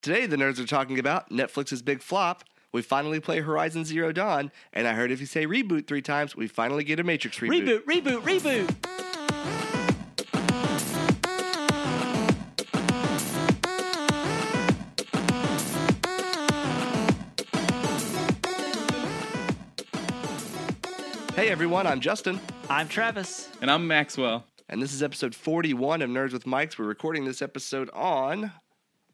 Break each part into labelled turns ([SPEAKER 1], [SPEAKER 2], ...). [SPEAKER 1] Today, the nerds are talking about Netflix's big flop. We finally play Horizon Zero Dawn, and I heard if you say reboot three times, we finally get a Matrix reboot.
[SPEAKER 2] Reboot, reboot, reboot.
[SPEAKER 1] Hey everyone, I'm Justin,
[SPEAKER 2] I'm Travis.
[SPEAKER 3] And I'm Maxwell.
[SPEAKER 1] and this is episode 41 of Nerds with Mics. We're recording this episode on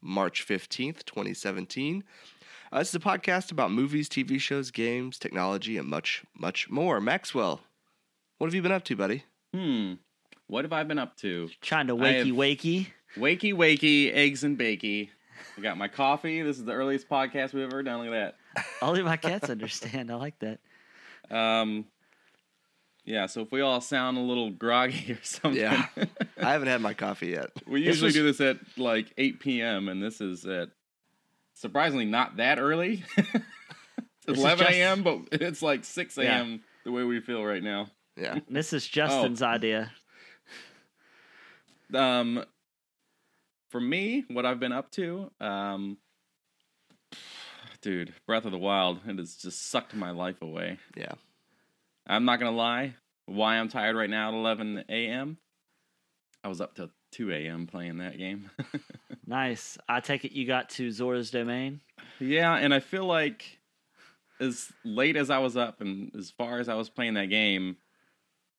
[SPEAKER 1] March 15th, 2017. Uh, this is a podcast about movies, TV shows, games, technology, and much, much more. Maxwell, what have you been up to, buddy?
[SPEAKER 3] Hmm. What have I been up to?
[SPEAKER 2] Trying to
[SPEAKER 3] I
[SPEAKER 2] wakey
[SPEAKER 3] have-
[SPEAKER 2] wakey.
[SPEAKER 3] Wakey, wakey, eggs and bakey. I got my coffee. This is the earliest podcast we've ever done. Look at
[SPEAKER 2] Only my cats understand. I like that.
[SPEAKER 3] that. Um, yeah, so if we all sound a little groggy or something.
[SPEAKER 1] Yeah. I haven't had my coffee yet.
[SPEAKER 3] we
[SPEAKER 2] This
[SPEAKER 3] usually
[SPEAKER 2] was-
[SPEAKER 3] do this at like 8 p.m., and this is at surprisingly not that early.
[SPEAKER 2] is
[SPEAKER 3] 11
[SPEAKER 2] just-
[SPEAKER 3] a.m., but it's like 6
[SPEAKER 2] Yeah.
[SPEAKER 3] a.m. the way we feel right now.
[SPEAKER 1] Yeah.
[SPEAKER 2] This is Justin's idea.
[SPEAKER 3] Um, for me, what I've been up to, um, dude, Breath of the Wild, it has just sucked my life away.
[SPEAKER 1] Yeah.
[SPEAKER 3] I'm not gonna lie, why I'm tired right now at 11 a.m. I was up till 2 a.m. playing that game.
[SPEAKER 2] Nice. I take it you got to Zora's domain.
[SPEAKER 3] yeah, and I feel like as late as I was up and as far as I was playing that game,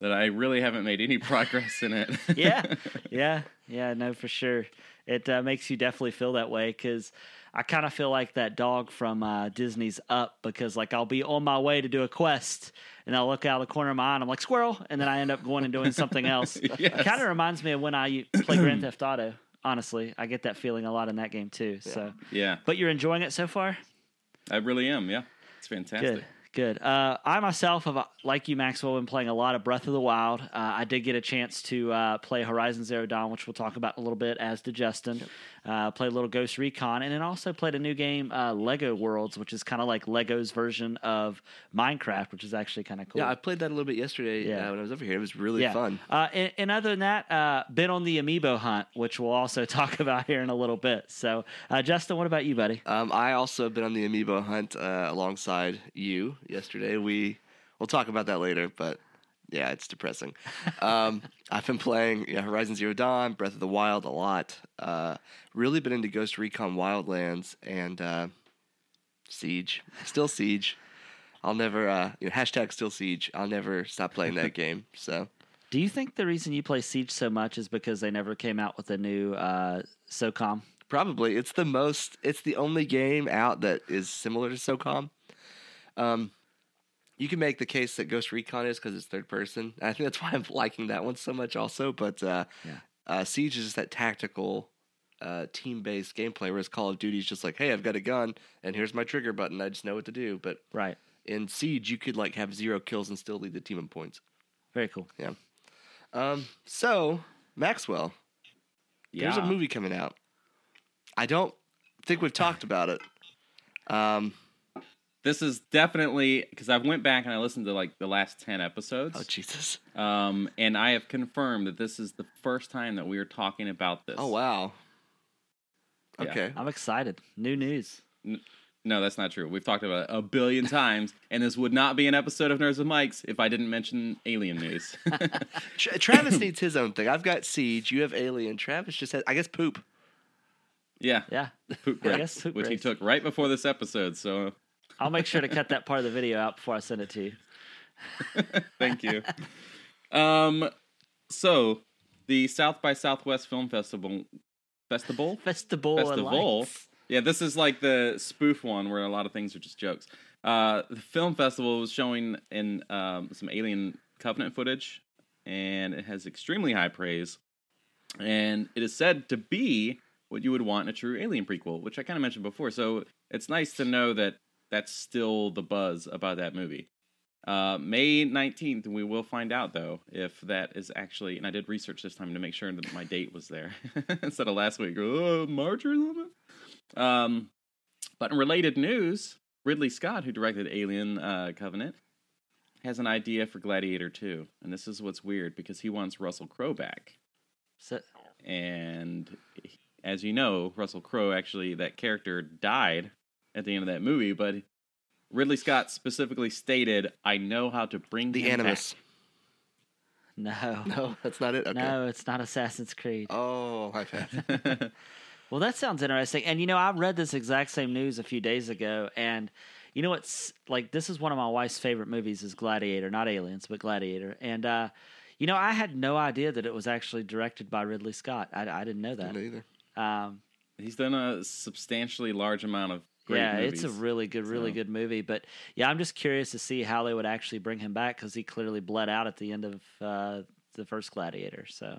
[SPEAKER 3] that I really haven't made any progress in it.
[SPEAKER 2] Yeah. yeah, yeah, no, for sure. It uh, makes you definitely feel that way because I kind of feel like that dog from uh, Disney's Up because like I'll be on my way to do a quest and I'll look out of the corner of my eye and I'm like squirrel and then I end up going and doing something else. It
[SPEAKER 3] Yes.
[SPEAKER 2] kind of reminds me of when I u- play Grand Theft Auto. Honestly, I get that feeling a lot in that game too. So,
[SPEAKER 3] yeah,
[SPEAKER 2] but you're enjoying it so far.
[SPEAKER 3] I really am. Yeah, it's fantastic.
[SPEAKER 2] Good. Good. Uh, I myself have, uh, like you, Maxwell, been playing a lot of Breath of the Wild. Uh, I did get a chance to uh, play Horizon Zero Dawn, which we'll talk about in a little bit, as did Justin. Uh, played a little Ghost Recon, and then also played a new game, uh, Lego Worlds, which is kind of like Lego's version of Minecraft, which is actually kind of cool.
[SPEAKER 1] Yeah, I played that a little bit yesterday
[SPEAKER 2] Yeah.
[SPEAKER 1] uh, when I was over here. It was really
[SPEAKER 2] Yeah.
[SPEAKER 1] fun.
[SPEAKER 2] Uh, and, and other than that, uh, been on the Amiibo hunt, which we'll also talk about here in a little bit. So, uh, Justin, what about you, buddy?
[SPEAKER 1] Um, I also have been on the amiibo hunt uh, alongside you yesterday. We we'll talk about that later, but yeah, it's depressing. Um, I've been playing yeah, Horizon Zero Dawn, Breath of the Wild a lot. Uh, really been into Ghost Recon Wildlands and uh, Siege. Still Siege. I'll never uh, you know, hashtag Still Siege. I'll never stop playing that game. So
[SPEAKER 2] Do you think the reason you play Siege so much is because they never came out with a new uh, SOCOM?
[SPEAKER 1] Probably. It's the most it's the only game out that is similar to SOCOM. Um you can make the case that Ghost Recon is because it's third person. I think that's why I'm liking that one so much also, but uh,
[SPEAKER 2] Yeah.
[SPEAKER 1] uh Siege is just that tactical uh, team-based gameplay whereas Call of Duty is just like, hey, I've got a gun and here's my trigger button. I just know what to do. But
[SPEAKER 2] Right.
[SPEAKER 1] in Siege, you could like have zero kills and still lead the team in points.
[SPEAKER 2] Very cool.
[SPEAKER 1] Um, so Maxwell, There's a
[SPEAKER 3] Yeah.
[SPEAKER 1] movie coming out. I don't think we've talked about it. Um,
[SPEAKER 3] this is definitely because I went back and I listened to like the last ten
[SPEAKER 1] oh
[SPEAKER 3] episodes,
[SPEAKER 1] Jesus!
[SPEAKER 3] um, and I have confirmed that this is the first time that we are talking about this.
[SPEAKER 1] Oh wow.
[SPEAKER 3] Yeah.
[SPEAKER 1] Okay.
[SPEAKER 2] I'm excited. New news.
[SPEAKER 3] No, that's not true. We've talked about it a billion times, and this would not be an episode of Nerds with Mics if I didn't mention alien news.
[SPEAKER 1] Tra- Travis needs his own thing. I've got Siege. You have Alien. Travis just has, I guess, poop.
[SPEAKER 3] yeah,
[SPEAKER 2] Yeah.
[SPEAKER 3] poop
[SPEAKER 2] Yeah, I
[SPEAKER 3] break,
[SPEAKER 2] guess poop
[SPEAKER 3] which he
[SPEAKER 2] breaks.
[SPEAKER 3] took right before this episode. So
[SPEAKER 2] I'll make sure to cut that part of the video out before I send it to you.
[SPEAKER 3] Thank you. um, so the South by Southwest Film Festival festival
[SPEAKER 2] Festival. and
[SPEAKER 3] festival.
[SPEAKER 2] lights.
[SPEAKER 3] Yeah, this is like the spoof one where a lot of things are just jokes. Uh, the film festival was showing in um, some Alien Covenant footage, and it has extremely high praise. And it is said to be what you would want in a true Alien prequel, which I kind of mentioned before. So it's nice to know that that's still the buzz about that movie. Uh, May 19th, we will find out though if that is actually. And I did research this time to make sure that my date was there instead of last week. Oh, March or something. Um, but in related news, Ridley Scott, who directed Alien uh, Covenant, has an idea for Gladiator 2. And this is what's weird because he wants Russell Crowe back.
[SPEAKER 2] So,
[SPEAKER 3] And as you know, Russell Crowe actually that character died at the end of that movie, but Ridley Scott specifically stated, "I know how to bring
[SPEAKER 1] The
[SPEAKER 3] him
[SPEAKER 1] Animus.
[SPEAKER 3] back."
[SPEAKER 2] No.
[SPEAKER 1] No, that's not it. Okay.
[SPEAKER 2] No, it's not Assassin's Creed.
[SPEAKER 1] Oh, my bad.
[SPEAKER 2] Well, that sounds interesting. And you know, I read this exact same news a few days ago, and you know, it's like this is one of my wife's favorite movies is Gladiator, not Aliens, but Gladiator. And uh, you know, I had no idea that it was actually directed by Ridley Scott. I, I didn't know that.
[SPEAKER 1] Neither.
[SPEAKER 2] Um,
[SPEAKER 3] He's done a substantially large amount of great
[SPEAKER 2] yeah, it's
[SPEAKER 3] movies.
[SPEAKER 2] a really good, really
[SPEAKER 3] so.
[SPEAKER 2] good movie. But yeah, I'm just curious to see how they would actually bring him back because he clearly bled out at the end of uh, the first Gladiator. So,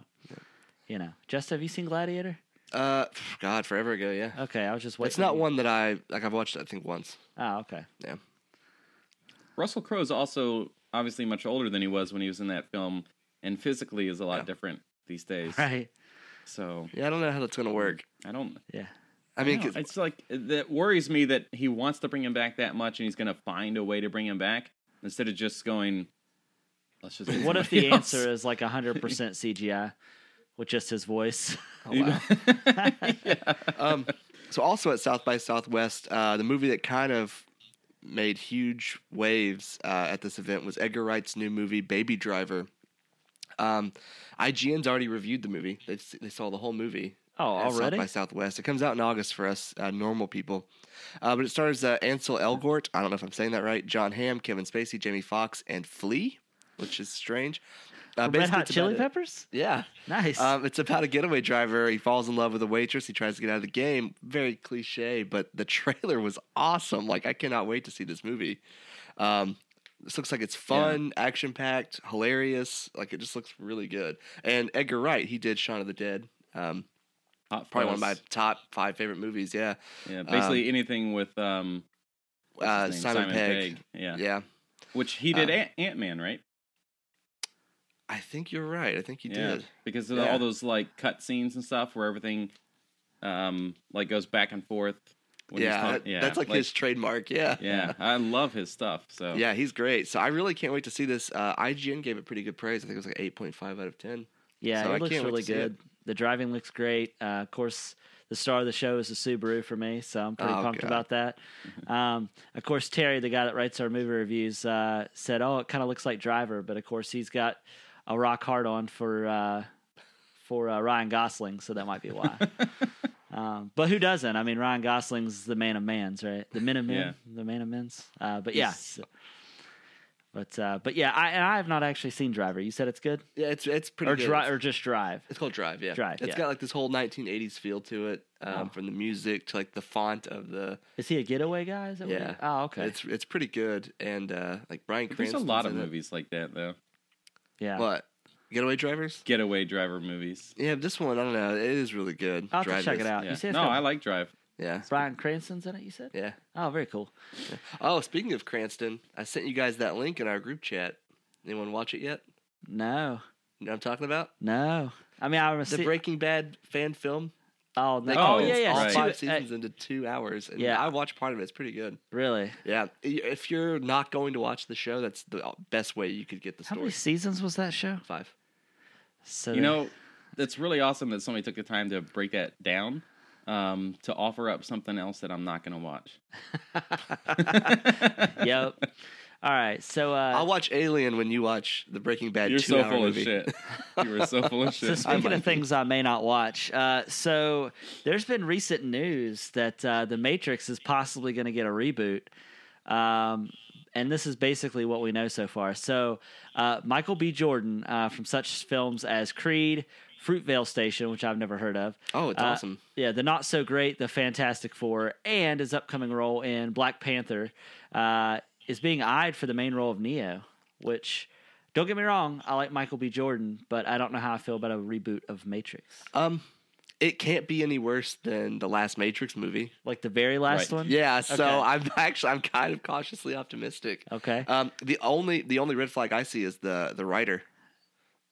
[SPEAKER 2] you know, just have you seen Gladiator?
[SPEAKER 1] Uh, pff, God, forever ago, yeah.
[SPEAKER 2] Okay, I was just waiting.
[SPEAKER 1] it's not
[SPEAKER 2] on you.
[SPEAKER 1] one that I like. I've watched, I think, once.
[SPEAKER 2] Oh, okay.
[SPEAKER 1] Yeah.
[SPEAKER 3] Russell Crowe's also obviously much older than he was when he was in that film, and physically is a lot
[SPEAKER 1] Yeah.
[SPEAKER 3] different these days.
[SPEAKER 2] Right.
[SPEAKER 3] So
[SPEAKER 1] Yeah, I don't know how that's gonna work.
[SPEAKER 3] I don't.
[SPEAKER 2] Yeah.
[SPEAKER 1] Mm. I mean,
[SPEAKER 3] No,
[SPEAKER 1] 'cause-
[SPEAKER 3] it's like that worries me that he wants to bring him back that much, and he's going to find a way to bring him back instead of just going. Let's just. get
[SPEAKER 2] What if
[SPEAKER 3] somebody
[SPEAKER 2] the
[SPEAKER 3] else."
[SPEAKER 2] answer is like 100% CGI with just his voice?
[SPEAKER 1] oh, wow. um, so also at South by Southwest, uh, the movie that kind of made huge waves uh, at this event was Edgar Wright's new movie Baby Driver. Um, IGN's already reviewed the movie; they they saw the whole movie. uh,
[SPEAKER 2] Oh,
[SPEAKER 1] at South
[SPEAKER 2] already?
[SPEAKER 1] by Southwest. It comes out in August for us uh, normal people, uh, but it stars uh, Ansel Elgort. I don't know if I'm saying that right. John Hamm, Kevin Spacey, Jamie Foxx, and Flea, which is strange. Uh,
[SPEAKER 2] Red
[SPEAKER 1] basically
[SPEAKER 2] Hot
[SPEAKER 1] it's about
[SPEAKER 2] Chili
[SPEAKER 1] a-
[SPEAKER 2] Peppers?
[SPEAKER 1] Yeah,
[SPEAKER 2] Nice.
[SPEAKER 1] um, it's about a getaway driver. He falls in love with a waitress. He tries to get out of the game. Very cliche, but the trailer was awesome. Like I cannot wait to see this movie. Um, this looks like it's fun, action packed, hilarious. Like it just looks really good. And Edgar Wright, he did Shaun of the Dead. Um,
[SPEAKER 3] Hot
[SPEAKER 1] probably one of my
[SPEAKER 3] Fuzz.
[SPEAKER 1] top five favorite movies. Yeah,
[SPEAKER 3] Yeah, basically anything with um what's
[SPEAKER 1] uh,
[SPEAKER 3] his name?
[SPEAKER 1] Simon, Pegg.
[SPEAKER 3] Yeah.
[SPEAKER 1] Yeah, Uh,
[SPEAKER 3] which he did Ant Ant Man, right?
[SPEAKER 1] I think you're right. I think you
[SPEAKER 3] yeah,
[SPEAKER 1] did.
[SPEAKER 3] because of
[SPEAKER 1] Yeah.
[SPEAKER 3] all those like cut scenes and stuff where everything um like goes back and forth. When he's
[SPEAKER 1] yeah,
[SPEAKER 3] talk-
[SPEAKER 1] that- that's like, his trademark. Yeah,
[SPEAKER 3] Yeah, I love his stuff. So
[SPEAKER 1] Yeah, he's great. So I really can't wait to see this. Uh, IGN gave it pretty good praise. I think it was like eight point five out of ten.
[SPEAKER 2] yeah,
[SPEAKER 1] so I
[SPEAKER 2] it looks
[SPEAKER 1] can't wait
[SPEAKER 2] really
[SPEAKER 1] to see it.
[SPEAKER 2] good. The driving looks great. Uh, of course, the star of the show is a Subaru for me, so I'm pretty
[SPEAKER 1] Oh,
[SPEAKER 2] pumped
[SPEAKER 1] God.
[SPEAKER 2] about that. Um, of course, Terry, the guy that writes our movie reviews, uh, said, "Oh, it kind of looks like Driver," but of course, he's got a rock hard on for uh, for uh, Ryan Gosling, so that might be why. Um, but who doesn't? I mean, Ryan Gosling's the man of men's, right? The men of men,
[SPEAKER 3] Yeah.
[SPEAKER 2] the man of men's. Uh, but yeah, but uh, but yeah, I and I have not actually seen Driver. You said it's good,
[SPEAKER 1] Yeah, it's it's pretty.
[SPEAKER 2] or
[SPEAKER 1] good.
[SPEAKER 2] dri- or just Drive.
[SPEAKER 1] It's called Drive. Yeah,
[SPEAKER 2] Drive,
[SPEAKER 1] It's
[SPEAKER 2] yeah.
[SPEAKER 1] got like this whole 1980s feel to it, um,
[SPEAKER 2] Oh.
[SPEAKER 1] from the music to like the font of the.
[SPEAKER 2] Is he a getaway guy? Is that what he-
[SPEAKER 1] Yeah.
[SPEAKER 2] oh, okay.
[SPEAKER 1] It's it's pretty good, and uh, like Brian.
[SPEAKER 3] There's a
[SPEAKER 1] Cranston's
[SPEAKER 3] lot of
[SPEAKER 1] in it.
[SPEAKER 3] movies like that though.
[SPEAKER 2] yeah.
[SPEAKER 1] What Getaway Drivers?
[SPEAKER 3] Getaway driver movies.
[SPEAKER 1] Yeah, this one I don't know. It is really good.
[SPEAKER 2] I'll have to
[SPEAKER 1] Drive
[SPEAKER 2] check
[SPEAKER 1] is-
[SPEAKER 2] it out.
[SPEAKER 3] Yeah.
[SPEAKER 2] You said
[SPEAKER 3] No, I like Drive.
[SPEAKER 1] Yeah,
[SPEAKER 2] Brian Cranston's in it. You said.
[SPEAKER 1] yeah.
[SPEAKER 2] Oh, very cool.
[SPEAKER 1] Oh, speaking of Cranston, I sent you guys that link in our group chat. Anyone watch it yet?
[SPEAKER 2] No,
[SPEAKER 1] You know what I'm talking about?
[SPEAKER 2] no. I mean, I was
[SPEAKER 1] The Breaking Bad fan film.
[SPEAKER 2] Oh, no.
[SPEAKER 1] They
[SPEAKER 2] oh
[SPEAKER 1] condensed
[SPEAKER 2] yeah, yeah.
[SPEAKER 1] All
[SPEAKER 2] it's
[SPEAKER 3] right.
[SPEAKER 2] two-
[SPEAKER 1] five
[SPEAKER 2] uh,
[SPEAKER 1] seasons into two hours. And
[SPEAKER 2] yeah.
[SPEAKER 1] I watched part of it. It's pretty good.
[SPEAKER 2] really?
[SPEAKER 1] Yeah. I- If you're not going to watch the show, that's the uh, best way you could get the
[SPEAKER 2] How
[SPEAKER 1] story.
[SPEAKER 2] many seasons was that show?
[SPEAKER 1] Five.
[SPEAKER 2] So
[SPEAKER 3] You
[SPEAKER 2] they-
[SPEAKER 3] know, it's really awesome that somebody took the time to break that down. Um, to offer up something else that I'm not going to watch.
[SPEAKER 2] Yep. All right. So uh,
[SPEAKER 1] I'll watch Alien when you watch the Breaking Bad
[SPEAKER 3] You're
[SPEAKER 1] two
[SPEAKER 3] so
[SPEAKER 1] hour
[SPEAKER 3] full
[SPEAKER 1] movie.
[SPEAKER 3] of shit. You were so full of shit.
[SPEAKER 2] So
[SPEAKER 1] I might
[SPEAKER 2] speaking
[SPEAKER 1] be.
[SPEAKER 2] of things I may not watch, uh, so there's been recent news that uh, The Matrix is possibly going to get a reboot, um, and this is basically what we know so far. So uh, Michael B. Jordan uh, from such films as Creed, Fruitvale Station, which I've never heard of.
[SPEAKER 1] Oh, it's
[SPEAKER 2] Uh,
[SPEAKER 1] awesome.
[SPEAKER 2] Yeah, the not so great, the Fantastic Four, and his upcoming role in Black Panther uh, is being eyed for the main role of Neo, which. Don't get me wrong, I like Michael B. Jordan, but I don't know how I feel about a reboot of Matrix.
[SPEAKER 1] Um, it can't be any worse than the last Matrix movie.
[SPEAKER 2] Like the very last
[SPEAKER 3] Right.
[SPEAKER 2] one?
[SPEAKER 1] Yeah, so
[SPEAKER 2] Okay.
[SPEAKER 1] I'm actually I'm kind of cautiously optimistic.
[SPEAKER 2] Okay.
[SPEAKER 1] Um, the only the only red flag I see is the the writer.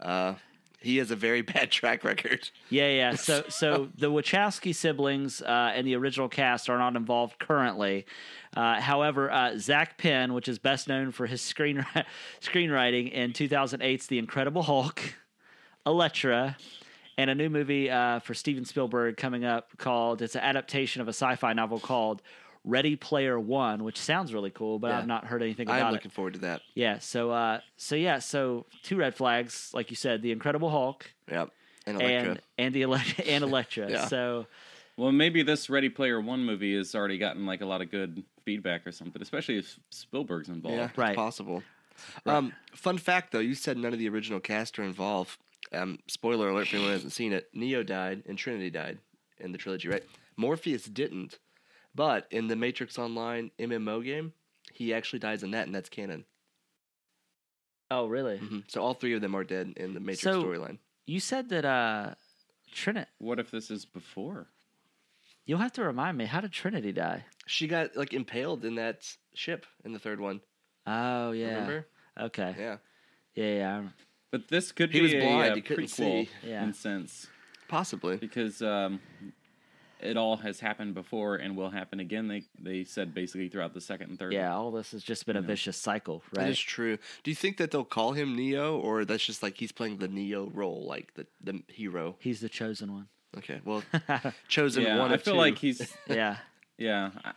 [SPEAKER 1] Uh, he has a very bad track record.
[SPEAKER 2] Yeah, yeah. So, so the Wachowski siblings uh, and the original cast are not involved currently. Uh, however, uh, Zach Penn, which is best known for his screen screenwriting in 2008's The Incredible Hulk, Elektra, and a new movie uh, for Steven Spielberg coming up called it's an adaptation of a sci-fi novel called Ready Player One, which sounds really cool, but
[SPEAKER 1] Yeah.
[SPEAKER 2] I've not heard anything about
[SPEAKER 1] I'm
[SPEAKER 2] it.
[SPEAKER 1] looking forward to that.
[SPEAKER 2] Yeah. So uh, so yeah. So two red flags, like you said, the Incredible Hulk
[SPEAKER 1] Yep. And Electra.
[SPEAKER 2] and and the Elect- and Electra.
[SPEAKER 1] Oh Yeah.
[SPEAKER 2] So
[SPEAKER 3] Well, maybe this Ready Player One movie has already gotten like a lot of good feedback or something, especially if Spielberg's involved.
[SPEAKER 1] yeah, it's
[SPEAKER 2] Right.
[SPEAKER 1] possible. Um, fun fact, though, you said none of the original cast are involved. Um, spoiler alert for anyone who hasn't seen it: Neo died and Trinity died in the trilogy, right? Morpheus didn't, but in the Matrix Online MMO game, he actually dies in that, and that's canon.
[SPEAKER 2] oh really?
[SPEAKER 1] hmm So all three of them are dead in the Matrix
[SPEAKER 2] So-
[SPEAKER 1] storyline.
[SPEAKER 2] You said that uh, Trinity.
[SPEAKER 3] What if this is before?
[SPEAKER 2] You'll have to remind me. How did Trinity die?
[SPEAKER 1] She got like impaled in that ship in the third one.
[SPEAKER 2] Oh yeah.
[SPEAKER 1] Remember?
[SPEAKER 2] Okay.
[SPEAKER 1] Yeah,
[SPEAKER 2] Yeah. Yeah. I rem-
[SPEAKER 3] But this could
[SPEAKER 1] He
[SPEAKER 3] be
[SPEAKER 1] was
[SPEAKER 3] a,
[SPEAKER 1] blind,
[SPEAKER 3] uh,
[SPEAKER 1] he couldn't
[SPEAKER 3] prequel
[SPEAKER 1] see.
[SPEAKER 2] Yeah.
[SPEAKER 3] in sense
[SPEAKER 1] possibly.
[SPEAKER 3] because um, it all has happened before and will happen again. They they said basically throughout the second and third.
[SPEAKER 2] yeah. All this has just been a
[SPEAKER 3] No.
[SPEAKER 2] vicious cycle,
[SPEAKER 1] That
[SPEAKER 2] right?
[SPEAKER 1] is true. Do you think that they'll call him Neo, or that's just like he's playing the Neo role, like the the hero?
[SPEAKER 2] He's the chosen one.
[SPEAKER 1] Okay, well, chosen
[SPEAKER 3] yeah.
[SPEAKER 1] one.
[SPEAKER 3] I
[SPEAKER 1] of
[SPEAKER 3] feel
[SPEAKER 1] two.
[SPEAKER 3] like he's
[SPEAKER 2] yeah.
[SPEAKER 3] yeah. I,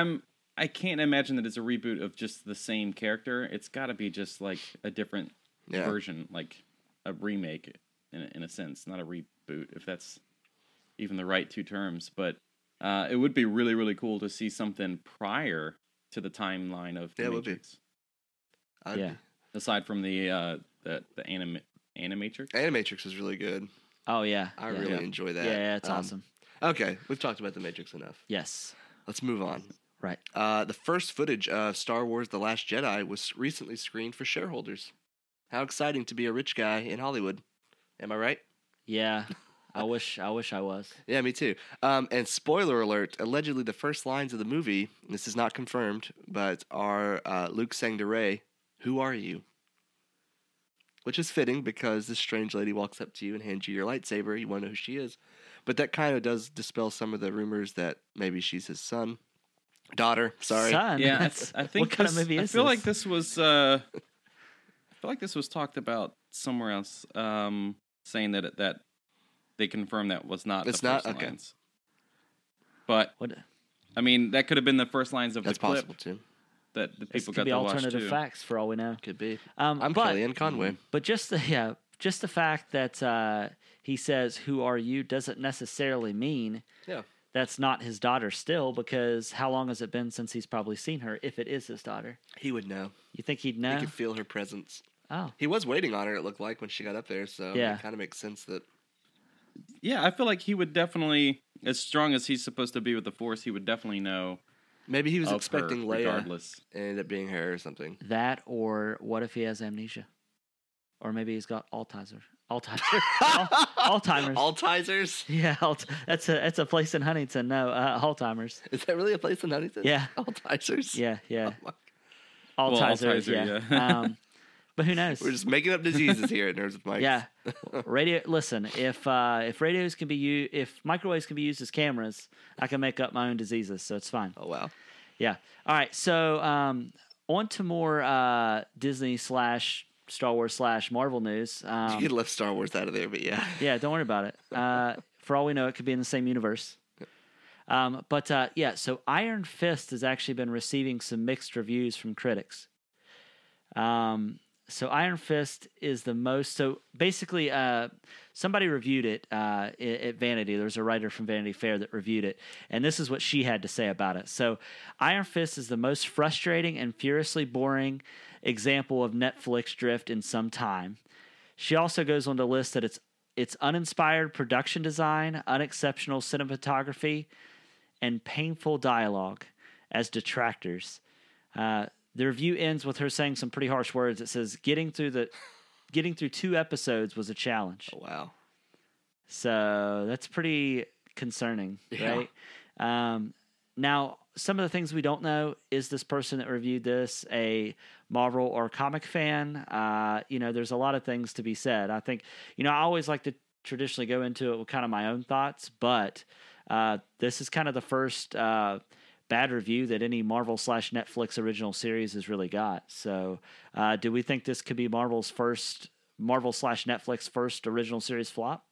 [SPEAKER 3] I'm. I can't imagine that it's a reboot of just the same character. It's got to be just like a different
[SPEAKER 1] Yeah.
[SPEAKER 3] version, like a remake in a, in a sense, not a reboot, if that's even the right two terms. But uh, it would be really, really cool to see something prior to the timeline of the
[SPEAKER 1] Yeah, it would be.
[SPEAKER 3] Matrix,
[SPEAKER 1] I'd-
[SPEAKER 2] Yeah.
[SPEAKER 3] aside from the uh, the, the anim- animatrix.
[SPEAKER 1] Animatrix is really good.
[SPEAKER 2] Oh yeah.
[SPEAKER 1] I
[SPEAKER 2] yeah.
[SPEAKER 1] really
[SPEAKER 2] Yeah.
[SPEAKER 1] enjoy that.
[SPEAKER 2] Yeah, yeah, it's
[SPEAKER 1] Um,
[SPEAKER 2] awesome.
[SPEAKER 1] Okay, we've talked about the Matrix enough.
[SPEAKER 2] Yes.
[SPEAKER 1] Let's move on.
[SPEAKER 2] Right.
[SPEAKER 1] Uh, the first footage of Star Wars: The Last Jedi was recently screened for shareholders. How exciting to be a rich guy in Hollywood! Am I right?
[SPEAKER 2] Yeah. I wish. I wish I was.
[SPEAKER 1] Yeah, me too. Um, and spoiler alert: allegedly, the first lines of the movie this is not confirmed, but are uh, Luke saying to Ray, "Who are you?" Which is fitting because this strange lady walks up to you and hands you your lightsaber. You want to know who she is, but that kind of does dispel some of the rumors that maybe she's his son, daughter. Sorry,
[SPEAKER 2] Son.
[SPEAKER 3] Yeah, I,
[SPEAKER 2] That's-
[SPEAKER 3] I think
[SPEAKER 2] What kind
[SPEAKER 3] this-
[SPEAKER 2] of movie
[SPEAKER 3] I
[SPEAKER 2] is
[SPEAKER 3] feel
[SPEAKER 2] this?
[SPEAKER 3] like this was. Uh, I feel like this was talked about somewhere else, um, saying that that they confirmed that was not.
[SPEAKER 1] It's
[SPEAKER 3] the
[SPEAKER 1] not?
[SPEAKER 3] first
[SPEAKER 1] Okay.
[SPEAKER 3] Lines. But
[SPEAKER 2] What?
[SPEAKER 3] I mean, that could have been the first lines of
[SPEAKER 1] that's
[SPEAKER 3] the clip
[SPEAKER 1] possible too.
[SPEAKER 3] that the
[SPEAKER 2] This
[SPEAKER 3] people
[SPEAKER 2] could
[SPEAKER 3] got
[SPEAKER 2] be
[SPEAKER 3] to watch
[SPEAKER 2] alternative
[SPEAKER 3] too.
[SPEAKER 2] facts for all we know.
[SPEAKER 1] Could be.
[SPEAKER 2] Um,
[SPEAKER 1] I'm
[SPEAKER 2] but,
[SPEAKER 1] Kellyanne Conway.
[SPEAKER 2] But just the yeah, just the fact that uh, he says "Who are you?" doesn't necessarily mean
[SPEAKER 1] Yeah.
[SPEAKER 2] that's not his daughter still, because how long has it been since he's probably seen her? If it is his daughter,
[SPEAKER 1] He would know.
[SPEAKER 2] you think he'd
[SPEAKER 1] He
[SPEAKER 2] know?
[SPEAKER 1] could feel her presence.
[SPEAKER 2] oh,
[SPEAKER 1] He was waiting on her. It looked like when she got up there, so
[SPEAKER 2] Yeah.
[SPEAKER 1] it kind of makes sense that
[SPEAKER 3] Yeah, I feel like he would definitely, as strong as he's supposed to be with the Force, he would definitely know.
[SPEAKER 1] maybe he was
[SPEAKER 3] of her,
[SPEAKER 1] expecting Leia.
[SPEAKER 3] regardless.
[SPEAKER 1] It ended up being her or something.
[SPEAKER 2] that or what if he has amnesia, or maybe he's got Alzheimer's. Alzheimer's. Al- Alzheimer's.
[SPEAKER 1] Altisers?
[SPEAKER 2] yeah, Alt- that's a that's a place in Huntington. No, uh, Alzheimer's.
[SPEAKER 1] Is that really a place in Huntington?
[SPEAKER 2] Yeah.
[SPEAKER 1] Altisers?
[SPEAKER 2] Yeah, yeah.
[SPEAKER 1] my-
[SPEAKER 3] Well,
[SPEAKER 2] Alzheimer's.
[SPEAKER 3] Alzheimer,
[SPEAKER 2] yeah.
[SPEAKER 3] yeah.
[SPEAKER 2] um, but who knows?
[SPEAKER 1] We're just making up diseases here at Nerds with Mike.
[SPEAKER 2] Yeah. Radio listen, if uh if radios can be u if microwaves can be used as cameras, I can make up my own diseases, so it's fine.
[SPEAKER 1] Oh, wow.
[SPEAKER 2] Yeah. All right, so um on to more uh Disney slash Star Wars slash Marvel news.
[SPEAKER 1] You
[SPEAKER 2] Um,
[SPEAKER 1] could have left Star Wars out of there, but yeah.
[SPEAKER 2] yeah, don't worry about it. Uh, for all we know, it could be in the same universe. Um, but uh, yeah, so Iron Fist has actually been receiving some mixed reviews from critics. Um, so Iron Fist is the most. So basically, uh, somebody reviewed it uh, i- at Vanity. There was a writer from Vanity Fair that reviewed it, and this is what she had to say about it. So Iron Fist is the most frustrating and furiously boring example of Netflix drift in some time. She also goes on to list that it's it's uninspired production design, unexceptional cinematography, and painful dialogue as detractors. Uh, the review ends with her saying some pretty harsh words. It says getting through the getting through two episodes was a challenge.
[SPEAKER 1] Oh, wow.
[SPEAKER 2] So that's pretty concerning,
[SPEAKER 1] Yeah.
[SPEAKER 2] right? Um, now, some of the things we don't know is this person that reviewed this a Marvel or comic fan? Uh, you know, there's a lot of things to be said. I think, you know, I always like to traditionally go into it with kind of my own thoughts, but uh, this is kind of the first uh, bad review that any Marvel slash Netflix original series has really got. So, uh, do we think this could be Marvel's first, Marvel slash Netflix first original series flop?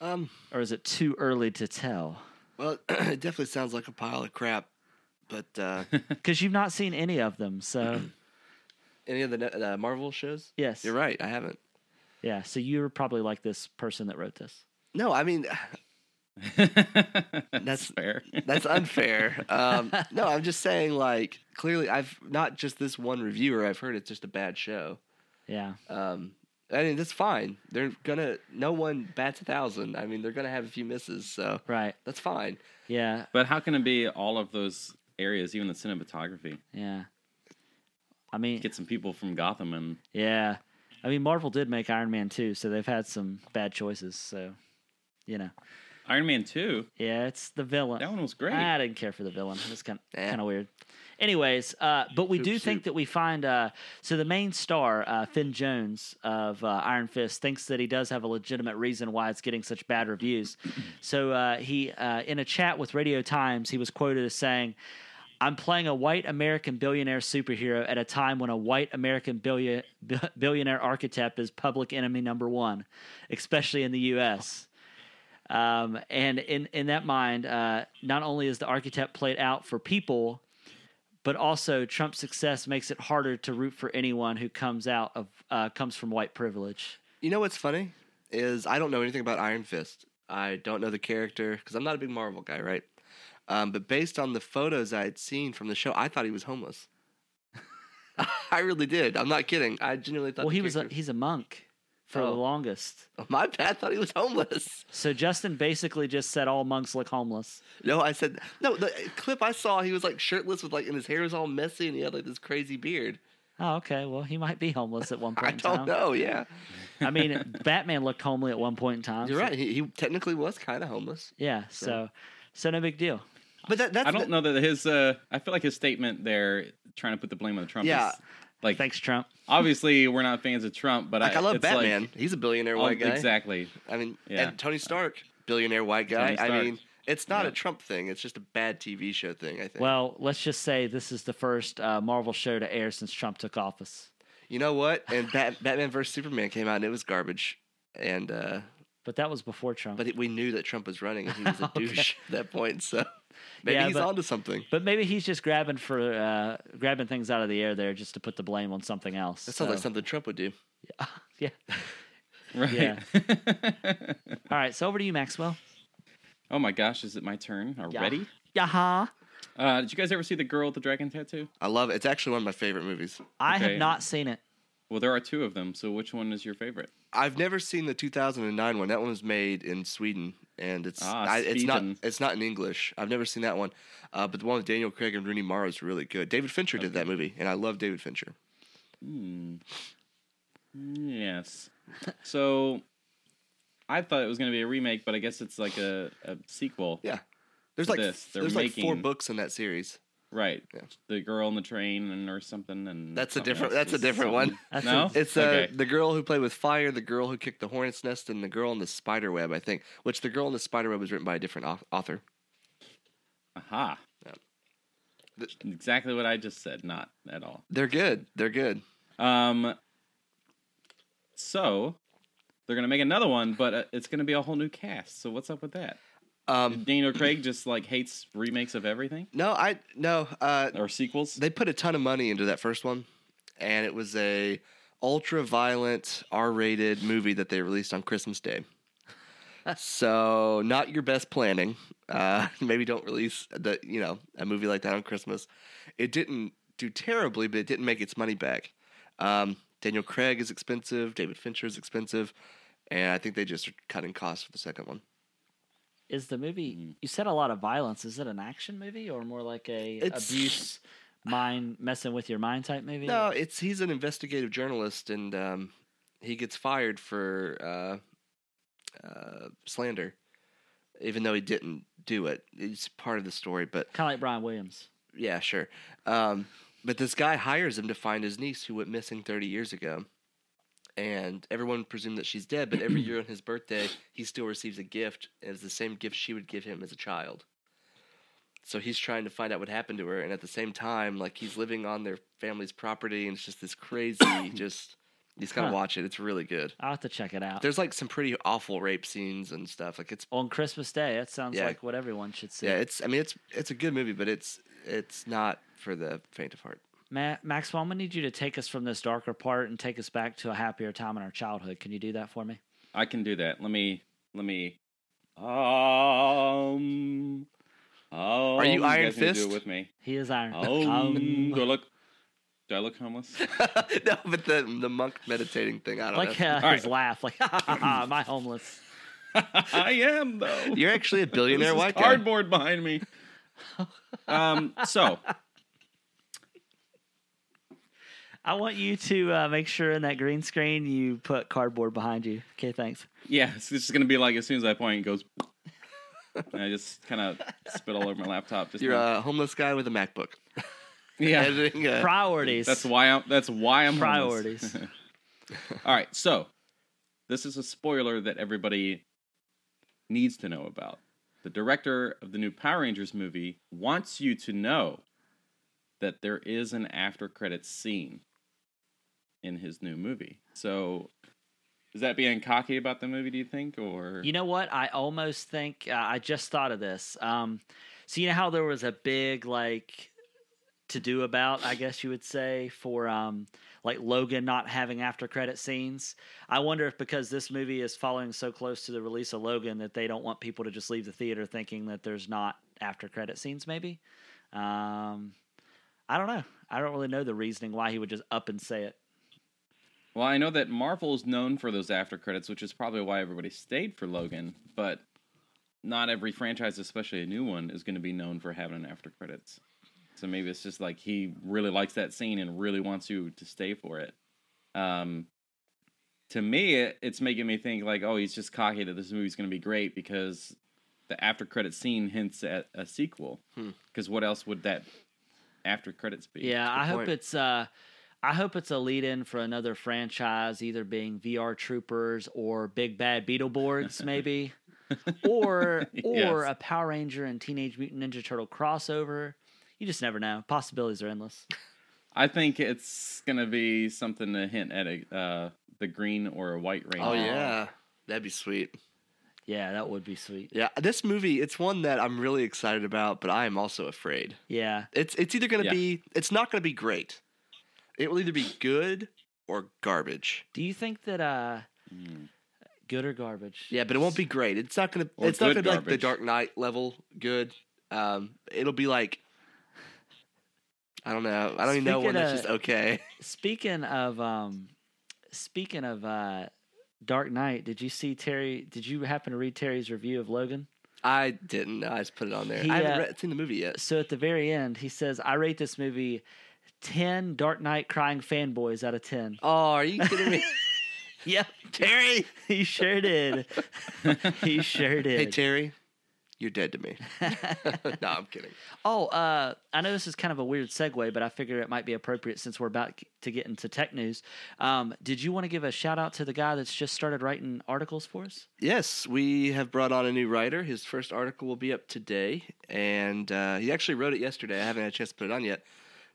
[SPEAKER 1] Um,
[SPEAKER 2] or is it too early to tell?
[SPEAKER 1] well, it definitely sounds like a pile of crap, but uh,
[SPEAKER 2] Because you've not seen any of them, so
[SPEAKER 1] any of the ne- uh, Marvel shows?
[SPEAKER 2] yes,
[SPEAKER 1] You're right. I haven't.
[SPEAKER 2] Yeah, so you're probably like this person that wrote this.
[SPEAKER 1] No, I mean
[SPEAKER 3] That's fair.
[SPEAKER 1] that's unfair. um, no, I'm just saying like clearly I've not just this one reviewer. I've heard it's just a bad show.
[SPEAKER 2] Yeah,
[SPEAKER 1] Um, I mean that's fine. They're gonna no one bats a thousand. I mean they're gonna have a few misses, so
[SPEAKER 2] right.
[SPEAKER 1] that's fine.
[SPEAKER 2] Yeah,
[SPEAKER 3] But how can it be all of those areas, even the cinematography?
[SPEAKER 2] yeah. I mean,
[SPEAKER 3] Get some people from Gotham and
[SPEAKER 2] yeah. I mean, Marvel did make Iron Man 2, so they've had some bad choices, so you know.
[SPEAKER 3] Iron Man 2.
[SPEAKER 2] Yeah, it's the villain.
[SPEAKER 3] That one was great.
[SPEAKER 2] I didn't care for the villain. It was kind of
[SPEAKER 1] Yeah.
[SPEAKER 2] kind of weird. Anyways, uh, but we
[SPEAKER 1] Poop
[SPEAKER 2] do
[SPEAKER 1] soup.
[SPEAKER 2] think that we find uh, so the main star uh, Finn Jones of uh, Iron Fist thinks that he does have a legitimate reason why it's getting such bad reviews. so uh, he, uh, in a chat with Radio Times, he was quoted as saying. I'm playing a white American billionaire superhero at a time when a white American billion, billionaire architect is public enemy number one, especially in the U.S. Um, and in, in that mind, uh, not only is the architect played out for people, but also Trump's success makes it harder to root for anyone who comes out of uh, comes from white privilege.
[SPEAKER 1] You know what's funny is I don't know anything about Iron Fist. I don't know the character because I'm not a big Marvel guy, right? Um, but based on the photos I had seen from the show, I thought he was homeless. I really did. I'm not kidding. I genuinely thought.
[SPEAKER 2] Well,
[SPEAKER 1] the
[SPEAKER 2] he was a,
[SPEAKER 1] character-
[SPEAKER 2] he's a monk for the
[SPEAKER 1] Oh.
[SPEAKER 2] longest.
[SPEAKER 1] My bad. Thought he was homeless.
[SPEAKER 2] So Justin basically just said all monks look homeless.
[SPEAKER 1] No, I said no. The clip I saw, he was like shirtless with like, and his hair was all messy, and he had like this crazy beard.
[SPEAKER 2] Oh, okay. Well, he might be homeless at one point.
[SPEAKER 1] I
[SPEAKER 2] in
[SPEAKER 1] don't
[SPEAKER 2] time.
[SPEAKER 1] know. Yeah,
[SPEAKER 2] I mean, Batman looked homely at one point in time.
[SPEAKER 1] you're
[SPEAKER 2] so-
[SPEAKER 1] right. He, he technically was kind of homeless,
[SPEAKER 2] Yeah. So, so no big deal.
[SPEAKER 1] but that, that's
[SPEAKER 3] I don't know that his. Uh, I feel like his statement there, trying to put the blame on Trump.
[SPEAKER 1] Yeah.
[SPEAKER 3] Is, like
[SPEAKER 2] Thanks, Trump.
[SPEAKER 3] obviously we're not fans of Trump, but
[SPEAKER 1] Like I,
[SPEAKER 3] I
[SPEAKER 1] love
[SPEAKER 3] it's like-
[SPEAKER 1] Batman. He's a billionaire
[SPEAKER 3] oh,
[SPEAKER 1] white guy.
[SPEAKER 3] Exactly.
[SPEAKER 1] I mean,
[SPEAKER 3] Yeah.
[SPEAKER 1] and Tony Stark, billionaire white guy.
[SPEAKER 3] Tony
[SPEAKER 1] I
[SPEAKER 3] Stark.
[SPEAKER 1] mean, it's not a
[SPEAKER 3] Yeah.
[SPEAKER 1] Trump thing. It's just a bad TV show thing. I think.
[SPEAKER 2] Well, let's just say this is the first uh, Marvel show to air since Trump took office.
[SPEAKER 1] you know what? And Bat- Batman vs Superman came out and it was garbage. And uh,
[SPEAKER 2] But that was before Trump.
[SPEAKER 1] but it, we knew that Trump was running and he was a douche at that point. So maybe
[SPEAKER 2] Yeah,
[SPEAKER 1] he's
[SPEAKER 2] but-
[SPEAKER 1] onto something.
[SPEAKER 2] But maybe he's just grabbing for uh, grabbing things out of the air there just to put the blame on something else.
[SPEAKER 1] That sounds like
[SPEAKER 2] so-
[SPEAKER 1] something Trump would do.
[SPEAKER 2] Yeah.
[SPEAKER 3] Right.
[SPEAKER 2] Yeah. All right. So over to you, Maxwell.
[SPEAKER 3] oh my gosh, is it my turn already?
[SPEAKER 1] Uh-huh.
[SPEAKER 2] Yaha.
[SPEAKER 3] Uh, did you guys ever see the girl with the dragon tattoo?
[SPEAKER 1] I love it. It's actually one of my favorite movies.
[SPEAKER 2] I
[SPEAKER 3] Okay.
[SPEAKER 2] have not seen it.
[SPEAKER 3] Well, there are two of them. So which one is your favorite?
[SPEAKER 1] I've never seen the 2009 one. That one was made in Sweden, and it's
[SPEAKER 3] Ah,
[SPEAKER 1] I, it's not
[SPEAKER 3] Sweden.
[SPEAKER 1] it's not in English. I've never seen that one, uh, but the one with Daniel Craig and Rooney Mara is really good. David Fincher did that movie, and I love David Fincher.
[SPEAKER 3] Hmm. Yes. So I thought it was going to be a remake, but I guess it's like a, a sequel.
[SPEAKER 1] Yeah. There's
[SPEAKER 3] to
[SPEAKER 1] like
[SPEAKER 3] this. They're
[SPEAKER 1] there's like four
[SPEAKER 3] making-
[SPEAKER 1] books in that series.
[SPEAKER 3] Right.
[SPEAKER 1] Yeah.
[SPEAKER 3] The girl on the train and or something and
[SPEAKER 1] That's a
[SPEAKER 3] something
[SPEAKER 1] different-
[SPEAKER 3] else.
[SPEAKER 1] that's a different one.
[SPEAKER 2] That's
[SPEAKER 3] no?
[SPEAKER 2] a-
[SPEAKER 1] It's uh,
[SPEAKER 3] Okay.
[SPEAKER 1] the girl who played with fire, the girl who kicked the hornet's nest, and the girl in the spider web. I think, which the girl in the spider web was written by a different au- author.
[SPEAKER 3] Aha.
[SPEAKER 1] Yeah.
[SPEAKER 3] Exactly what I just said, not at all.
[SPEAKER 1] They're good. They're good.
[SPEAKER 3] Um so they're going to make another one, but uh, it's going to be a whole new cast. So what's up with that?
[SPEAKER 1] Um,
[SPEAKER 3] Daniel Craig just like hates remakes of everything
[SPEAKER 1] no, I no. Uh,
[SPEAKER 3] or sequels.
[SPEAKER 1] they put a ton of money into that first one, and it was a ultra violent R-rated movie that they released on Christmas Day. so not your best planning. Uh, maybe don't release the you know a movie like that on Christmas. It didn't do terribly, but it didn't make its money back. Um, Daniel Craig is expensive. David Fincher is expensive. And I think they just are cutting costs for the second one.
[SPEAKER 2] is the
[SPEAKER 1] Hmm.
[SPEAKER 2] movie? You said a lot of violence. Is it an action movie or more like a
[SPEAKER 1] It's-
[SPEAKER 2] abuse, mind messing with your mind type movie?
[SPEAKER 1] No, it's he's an investigative journalist, and um, he gets fired for uh, uh, slander, even though he didn't do it. It's part of the story, but
[SPEAKER 2] Kind of like Brian Williams.
[SPEAKER 1] yeah, sure. Um, but this guy hires him to find his niece who went missing 30 years ago. And everyone presumed that she's dead, but every year on his birthday, he still receives a gift as the same gift she would give him as a child. So he's trying to find out what happened to her, and at the same time, like he's living on their family's property, and it's just this crazy, just You just gotta
[SPEAKER 2] Huh.
[SPEAKER 1] watch it. It's really good.
[SPEAKER 2] I'll have to check it out.
[SPEAKER 1] There's like some pretty awful rape scenes and stuff. Like it's
[SPEAKER 2] On Christmas Day, that sounds
[SPEAKER 1] Yeah.
[SPEAKER 2] like what everyone should see.
[SPEAKER 1] yeah, it's I mean it's it's a good movie, but it's it's not for the faint of heart.
[SPEAKER 2] Ma- Maxwell, I'm gonna need you to take us from this darker part and take us back to a happier time in our childhood. Can you do that for me?
[SPEAKER 3] I can do that. Let me. Let me. Um. Oh,
[SPEAKER 1] you Iron
[SPEAKER 3] guys need to
[SPEAKER 1] Fist?
[SPEAKER 3] Do it with me.
[SPEAKER 2] He is Iron.
[SPEAKER 3] Oh,
[SPEAKER 2] Um,
[SPEAKER 3] do I look? Do I look homeless?
[SPEAKER 1] no, but the the monk meditating thing, I don't
[SPEAKER 2] like
[SPEAKER 1] know.
[SPEAKER 2] uh,
[SPEAKER 3] All
[SPEAKER 2] his
[SPEAKER 3] right.
[SPEAKER 2] laugh, like am I homeless?
[SPEAKER 3] I am though.
[SPEAKER 1] You're actually a billionaire
[SPEAKER 3] There's
[SPEAKER 1] white guy.
[SPEAKER 3] cardboard behind me. um. So
[SPEAKER 2] I want you to uh, make sure in that green screen you put cardboard behind you. Okay, thanks.
[SPEAKER 3] yeah, it's just gonna be like as soon as I point, it goes. and I just kind of spit all over my laptop. Just
[SPEAKER 1] You're
[SPEAKER 3] now.
[SPEAKER 1] a homeless guy with a MacBook.
[SPEAKER 3] yeah.
[SPEAKER 1] Editing, uh,
[SPEAKER 2] Priorities.
[SPEAKER 3] That's why I'm. That's why I'm homeless.
[SPEAKER 2] priorities.
[SPEAKER 3] All right, so this is a spoiler that everybody needs to know about. The director of the new Power Rangers movie wants you to know that there is an after credits scene in his new movie. So is that being cocky about the movie, do you think? Or
[SPEAKER 2] You know what? I almost think uh, I just thought of this. Um, so you know how there was a big like to do about, I guess you would say, for um, like Logan not having after credit scenes. I wonder if because this movie is following so close to the release of Logan that they don't want people to just leave the theater thinking that there's not after credit scenes. Maybe. Um, I don't know. I don't really know the reasoning why he would just up and say it.
[SPEAKER 3] Well, I know that Marvel is known for those after credits, which is probably why everybody stayed for Logan, but not every franchise, especially a new one, is going to be known for having an after credits. So maybe it's just like he really likes that scene and really wants you to stay for it. Um, to me, it, it's making me think like, oh, he's just cocky that this movie's going to be great because the after credit scene hints at a sequel.
[SPEAKER 1] Hmm.
[SPEAKER 3] Because what else would that after credits be?
[SPEAKER 2] Yeah, I hope
[SPEAKER 1] point.
[SPEAKER 2] it's uh I hope it's a lead in for another franchise, either being VR Troopers or Big Bad Beetleborgs, maybe. or or
[SPEAKER 3] Yes.
[SPEAKER 2] a Power Ranger and Teenage Mutant Ninja Turtle crossover. You just never know. Possibilities are endless.
[SPEAKER 3] I think it's gonna be something to hint at a uh, the green or a white ranger.
[SPEAKER 1] oh yeah, that'd be sweet.
[SPEAKER 2] Yeah, that would be sweet.
[SPEAKER 1] Yeah, this movie, it's one that I'm really excited about, but I am also afraid.
[SPEAKER 2] Yeah.
[SPEAKER 1] It's it's either gonna
[SPEAKER 3] Yeah.
[SPEAKER 1] be it's not gonna be great. It will either be good or garbage.
[SPEAKER 2] Do you think that uh
[SPEAKER 3] Mm.
[SPEAKER 2] good or garbage?
[SPEAKER 1] Yeah, but it won't be great. It's not gonna
[SPEAKER 3] Or
[SPEAKER 1] it's not gonna
[SPEAKER 3] good
[SPEAKER 1] be like the
[SPEAKER 3] garbage.
[SPEAKER 1] Dark Knight level good. Um, it'll be like I don't know. I don't even know when
[SPEAKER 2] Speaking
[SPEAKER 1] that's
[SPEAKER 2] of-
[SPEAKER 1] just okay.
[SPEAKER 2] Speaking of um speaking of uh Dark Knight, did you see Terry did you happen to read Terry's review of Logan?
[SPEAKER 1] I didn't. No, I just put it on there.
[SPEAKER 2] He,
[SPEAKER 1] I
[SPEAKER 2] uh,
[SPEAKER 1] haven't read, seen the movie yet.
[SPEAKER 2] so at the very end, he says, "I rate this movie ten Dark Knight crying fanboys out of 10.
[SPEAKER 1] Oh, are you kidding me?
[SPEAKER 2] Yep, Terry, he sure did. he sure did.
[SPEAKER 1] hey Terry, you're dead to me. no, I'm kidding.
[SPEAKER 2] oh, uh, I know this is kind of a weird segue, but I figure it might be appropriate since we're about to get into tech news. Um, did you want to give a shout out to the guy that's just started writing articles for us?
[SPEAKER 1] Yes, we have brought on a new writer. His first article will be up today, and uh, he actually wrote it yesterday. I haven't had a chance to put it on yet,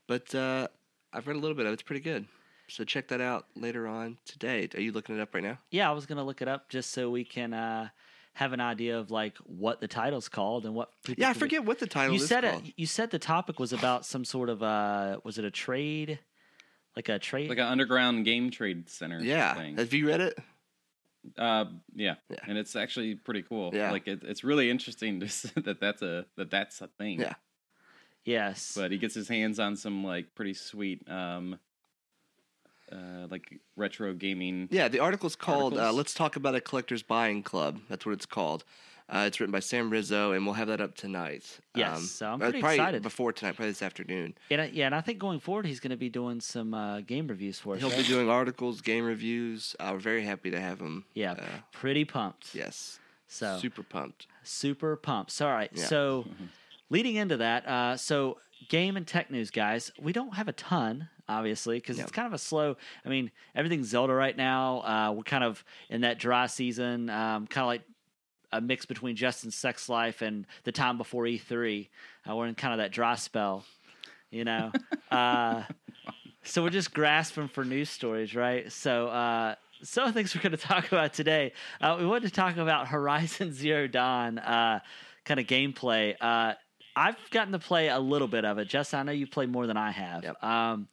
[SPEAKER 1] but uh, I've read a little bit of it. It's pretty good. So check that out later on today. Are you looking it up right now?
[SPEAKER 2] Yeah, I was gonna look it up just so we can uh, have an idea of like what the title's called and what. people
[SPEAKER 1] Yeah, I
[SPEAKER 2] can be-
[SPEAKER 1] forget what the title
[SPEAKER 2] you
[SPEAKER 1] is
[SPEAKER 2] said
[SPEAKER 1] called.
[SPEAKER 2] it you said the topic was about some sort of uh was it a trade like a trade
[SPEAKER 3] like an underground game trade center.
[SPEAKER 1] Yeah,
[SPEAKER 3] thing.
[SPEAKER 1] have you read it?
[SPEAKER 3] Uh, yeah.
[SPEAKER 1] Yeah.
[SPEAKER 3] and it's actually pretty cool.
[SPEAKER 1] Yeah.
[SPEAKER 3] like it, it's really interesting to see that that's a that that's a thing.
[SPEAKER 1] Yeah.
[SPEAKER 2] yes
[SPEAKER 3] but he gets his hands on some like pretty sweet um, uh, like retro gaming.
[SPEAKER 1] Yeah, the article's called uh,
[SPEAKER 3] Articles?
[SPEAKER 1] "Let's Talk About a Collector's Buying Club." That's what it's called. Uh, it's written by Sam Rizzo, and we'll have that up tonight.
[SPEAKER 2] Yes, so I'm
[SPEAKER 1] uh,
[SPEAKER 2] pretty
[SPEAKER 1] probably
[SPEAKER 2] excited.
[SPEAKER 1] Before tonight, probably this afternoon.
[SPEAKER 2] and I, yeah and i think going forward he's going to be doing some uh game reviews for us
[SPEAKER 1] He'll
[SPEAKER 2] right?
[SPEAKER 1] be doing articles, game reviews. Uh, we're very happy to have him.
[SPEAKER 2] yeah
[SPEAKER 1] Uh,
[SPEAKER 2] pretty pumped
[SPEAKER 1] yes.
[SPEAKER 2] so
[SPEAKER 1] Super pumped.
[SPEAKER 2] super pumped so all right
[SPEAKER 1] Yeah.
[SPEAKER 2] so leading into that uh so game and tech news guys we don't have a ton obviously because
[SPEAKER 1] No.
[SPEAKER 2] it's kind of a slow i mean everything's zelda right now uh we're kind of in that dry season um kind of like a mix between Justin's sex life and the time before E E3. Uh, we're in kind of that dry spell, you know. Uh, so we're just grasping for news stories, right? So, uh, some of the things we're going to talk about today, uh, we wanted to talk about Horizon Zero Dawn uh, kind of gameplay. Uh, I've gotten to play a little bit of it. Justin, I know you play more than I have.
[SPEAKER 1] Yep.
[SPEAKER 2] Um,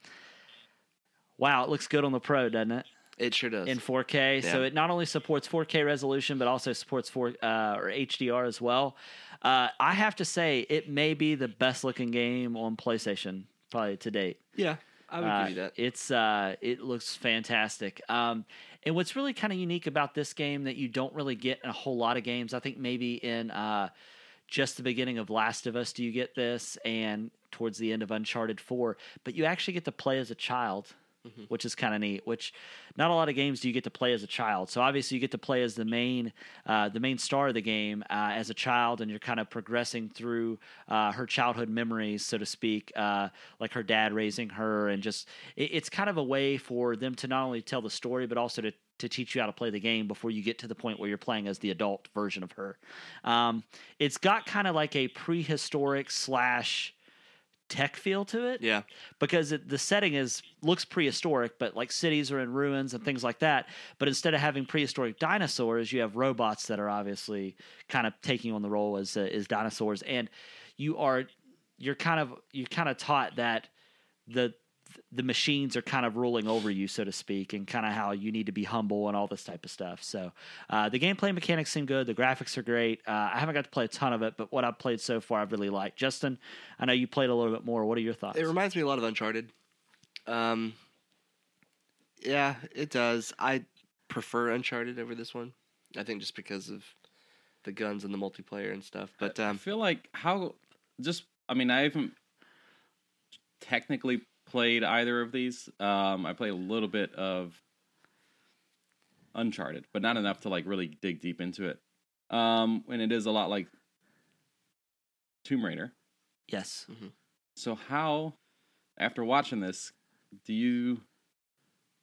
[SPEAKER 2] wow, it looks good on the Pro, doesn't it?
[SPEAKER 1] It sure does.
[SPEAKER 2] in 4K. So
[SPEAKER 1] Yeah.
[SPEAKER 2] it not only supports 4K resolution, but also supports 4 uh, or HDR as well. Uh, I have to say, it may be the best looking game on PlayStation probably to date.
[SPEAKER 1] yeah, I would
[SPEAKER 2] Uh,
[SPEAKER 1] give you that.
[SPEAKER 2] It's uh, it looks fantastic. Um, and what's really kind of unique about this game that you don't really get in a whole lot of games. I think maybe in uh, just the beginning of Last of Us, do you get this, and towards the end of Uncharted Four, but you actually get to play as a child. Which is kind of neat. Which not a lot of games do you get to play as a child. So obviously you get to play as the main, uh, the main star of the game uh, as a child, and you're kind of progressing through uh, her childhood memories, so to speak, uh, like her dad raising her, and just it, it's kind of a way for them to not only tell the story but also to to teach you how to play the game before you get to the point where you're playing as the adult version of her. Um, it's got kind of like a prehistoric slash tech feel to it
[SPEAKER 1] Yeah,
[SPEAKER 2] because it, the setting is looks prehistoric, but like cities are in ruins and things like that. But instead of having prehistoric dinosaurs, you have robots that are obviously kind of taking on the role as uh, as dinosaurs, and you are you're kind of you're kind of taught that the the machines are kind of ruling over you, so to speak, and kind of how you need to be humble and all this type of stuff. So, uh, the gameplay mechanics seem good. The graphics are great. Uh, I haven't got to play a ton of it, but what I've played so far, I've really liked. Justin, I know you played a little bit more. What are your thoughts?
[SPEAKER 1] it reminds me a lot of Uncharted. Um, yeah, it does. I prefer Uncharted over this one. I think just because of the guns and the multiplayer and stuff. But
[SPEAKER 2] Uh,
[SPEAKER 3] I
[SPEAKER 1] um,
[SPEAKER 3] feel like how just I mean I haven't technically played either of these. Um, I played a little bit of Uncharted, but not enough to like really dig deep into it. Um, and it is a lot like Tomb Raider.
[SPEAKER 2] Yes.
[SPEAKER 3] So how, after watching this, do you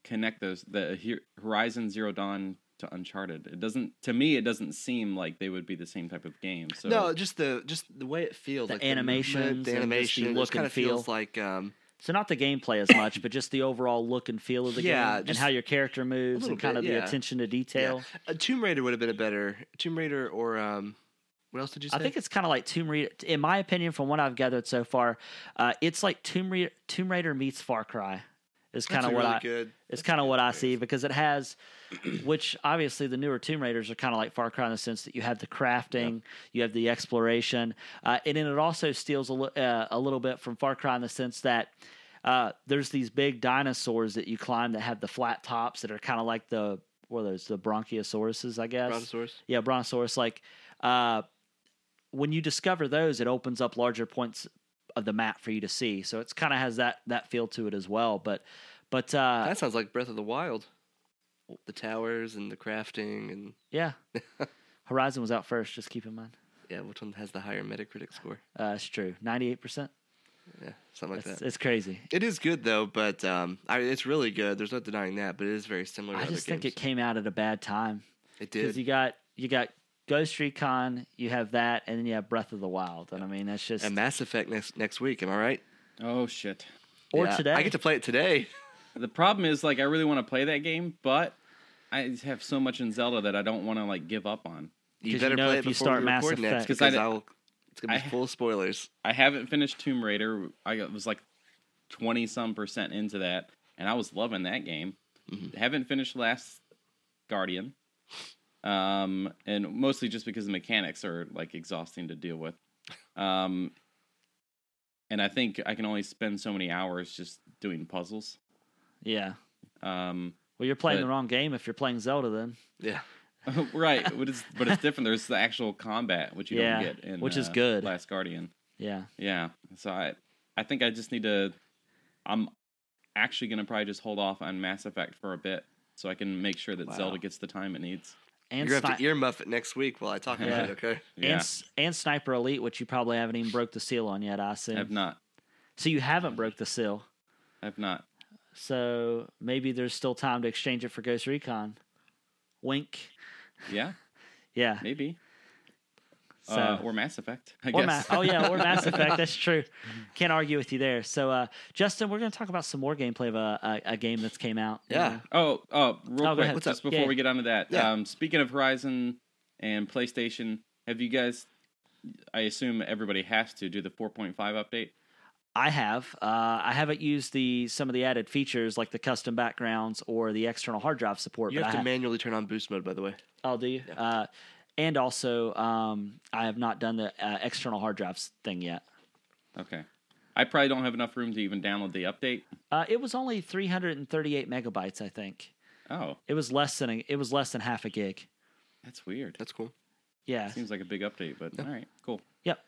[SPEAKER 3] connect those the Hor- Horizon Zero Dawn to Uncharted? It doesn't to me. It doesn't seem like they would be the same type of game. So
[SPEAKER 1] no, just the just the way it feels,
[SPEAKER 2] The
[SPEAKER 1] like movement,
[SPEAKER 2] animations
[SPEAKER 1] the
[SPEAKER 2] and just the
[SPEAKER 1] animation, it
[SPEAKER 2] look
[SPEAKER 1] just kind
[SPEAKER 2] and
[SPEAKER 1] of
[SPEAKER 2] feel.
[SPEAKER 1] feels like um,
[SPEAKER 2] So not the gameplay as much, but just the overall look and feel of the
[SPEAKER 1] Yeah,
[SPEAKER 2] game and
[SPEAKER 1] just
[SPEAKER 2] how your character moves
[SPEAKER 1] little
[SPEAKER 2] and kind
[SPEAKER 1] bit,
[SPEAKER 2] of the
[SPEAKER 1] yeah.
[SPEAKER 2] attention to detail.
[SPEAKER 1] Uh, Tomb Raider would have been a better Tomb Raider or um, what else did you say?
[SPEAKER 2] I think it's kind of like Tomb Raider. In my opinion, from what I've gathered so far, uh, it's like Tomb Raider, Tomb Raider meets Far Cry.
[SPEAKER 1] That's
[SPEAKER 2] Is kind of
[SPEAKER 1] a
[SPEAKER 2] what
[SPEAKER 1] really
[SPEAKER 2] I.
[SPEAKER 1] good.
[SPEAKER 2] It's kind of what I see because it has, which obviously the newer Tomb Raiders are kind of like Far Cry in the sense that you have the crafting, you have the exploration, uh, and then it also steals a, li- uh, a little bit from Far Cry in the sense that uh, there's these big dinosaurs that you climb that have the flat tops that are kind of like the what are those the Bronchiosauruses, I guess.
[SPEAKER 1] Brontosaurus.
[SPEAKER 2] Yeah, Brontosaurus. Like, uh, when you discover those, it opens up larger points of the map for you to see. So it's kind of has that that feel to it as well. But but uh,
[SPEAKER 1] that sounds like Breath of the Wild. The towers and the crafting and
[SPEAKER 2] yeah, Horizon was out first. Just keep in mind.
[SPEAKER 1] yeah, which one has the higher Metacritic score?
[SPEAKER 2] Uh, it's true. Ninety eight percent.
[SPEAKER 1] Yeah, something like
[SPEAKER 2] It's
[SPEAKER 1] that.
[SPEAKER 2] it's crazy.
[SPEAKER 1] It is good though, but um, I, it's really good. There's no denying that, but it is very similar. to
[SPEAKER 2] I
[SPEAKER 1] other
[SPEAKER 2] just think
[SPEAKER 1] games.
[SPEAKER 2] it came out at a bad time
[SPEAKER 1] It
[SPEAKER 2] because
[SPEAKER 1] did.
[SPEAKER 2] you got you got Ghost Recon, you have that, and then you have Breath of the Wild. And I mean, that's just
[SPEAKER 1] And Mass Effect next next week. Am I right?
[SPEAKER 3] oh shit.
[SPEAKER 2] or
[SPEAKER 1] Yeah,
[SPEAKER 2] today.
[SPEAKER 1] I get to play it today.
[SPEAKER 3] The problem is like I really want to play that game, but I have so much in Zelda that I don't want to like give up on.
[SPEAKER 1] You
[SPEAKER 2] 'Cause you
[SPEAKER 1] better
[SPEAKER 2] know
[SPEAKER 1] play
[SPEAKER 2] if
[SPEAKER 1] it
[SPEAKER 2] you
[SPEAKER 1] before
[SPEAKER 2] start
[SPEAKER 1] we
[SPEAKER 2] Mass
[SPEAKER 1] record next
[SPEAKER 2] Effect-
[SPEAKER 3] Because I
[SPEAKER 1] because
[SPEAKER 3] di-
[SPEAKER 1] I'll. It's gonna be
[SPEAKER 3] I-
[SPEAKER 1] full spoilers.
[SPEAKER 3] I haven't finished Tomb Raider. I got- was like twenty some percent into that, and I was loving that game. Haven't finished Last Guardian, um, and mostly just because the mechanics are like exhausting to deal with. Um, and I think I can only spend so many hours just doing puzzles.
[SPEAKER 2] yeah.
[SPEAKER 3] Um,
[SPEAKER 2] Well, you're playing
[SPEAKER 3] But-
[SPEAKER 2] the wrong game if you're playing Zelda. Then
[SPEAKER 1] Yeah.
[SPEAKER 3] right, but it's but it's different. There's the actual combat which you
[SPEAKER 2] Yeah,
[SPEAKER 3] don't get, in,
[SPEAKER 2] which is
[SPEAKER 3] uh,
[SPEAKER 2] good.
[SPEAKER 3] Last Guardian.
[SPEAKER 2] yeah.
[SPEAKER 3] Yeah. So I I think I just need to I'm actually going to probably just hold off on Mass Effect for a bit so I can make sure that
[SPEAKER 1] Wow.
[SPEAKER 3] Zelda gets the time it needs.
[SPEAKER 2] And
[SPEAKER 1] You're gonna have
[SPEAKER 2] Sni-
[SPEAKER 1] to earmuff it next week while I talk
[SPEAKER 2] Yeah.
[SPEAKER 1] about it. Okay.
[SPEAKER 3] Yeah.
[SPEAKER 2] and s- and Sniper Elite, which you probably haven't even broke the seal on yet. I assume.
[SPEAKER 3] I've not.
[SPEAKER 2] So you haven't broke the seal.
[SPEAKER 3] I've not.
[SPEAKER 2] So maybe there's still time to exchange it for Ghost Recon. Wink.
[SPEAKER 3] Yeah,
[SPEAKER 2] Yeah.
[SPEAKER 3] maybe.
[SPEAKER 2] So.
[SPEAKER 3] uh, or Mass Effect. I
[SPEAKER 2] or
[SPEAKER 3] guess.
[SPEAKER 2] Ma- oh yeah, or Mass Effect. That's true. Can't argue with you there. So, uh, Justin, we're going to talk about some more gameplay of a, a, a game that's came out.
[SPEAKER 1] Yeah.
[SPEAKER 3] Oh, oh, real
[SPEAKER 2] go
[SPEAKER 3] quick,
[SPEAKER 2] ahead. What's
[SPEAKER 3] just
[SPEAKER 2] up?
[SPEAKER 3] before
[SPEAKER 2] Yeah.
[SPEAKER 3] we get onto that.
[SPEAKER 1] Yeah.
[SPEAKER 3] Um, speaking of Horizon and PlayStation, have you guys? I assume everybody has to do the 4.5 update.
[SPEAKER 2] I have. Uh, I haven't used the some of the added features like the custom backgrounds or the external hard drive support.
[SPEAKER 1] You
[SPEAKER 2] but
[SPEAKER 1] have
[SPEAKER 2] I
[SPEAKER 1] to
[SPEAKER 2] have-
[SPEAKER 1] manually turn on boost mode, by the way.
[SPEAKER 2] I'll do. you? Uh, and also, um, I have not done the uh, external hard drives thing yet.
[SPEAKER 3] Okay, I probably don't have enough room to even download the update.
[SPEAKER 2] Uh, it was only 338 megabytes, I think.
[SPEAKER 3] Oh,
[SPEAKER 2] It was less than a, it was less than half a gig.
[SPEAKER 3] that's weird.
[SPEAKER 1] That's cool.
[SPEAKER 2] Yeah.
[SPEAKER 3] Seems like a big update, but all right, cool.
[SPEAKER 2] Yep.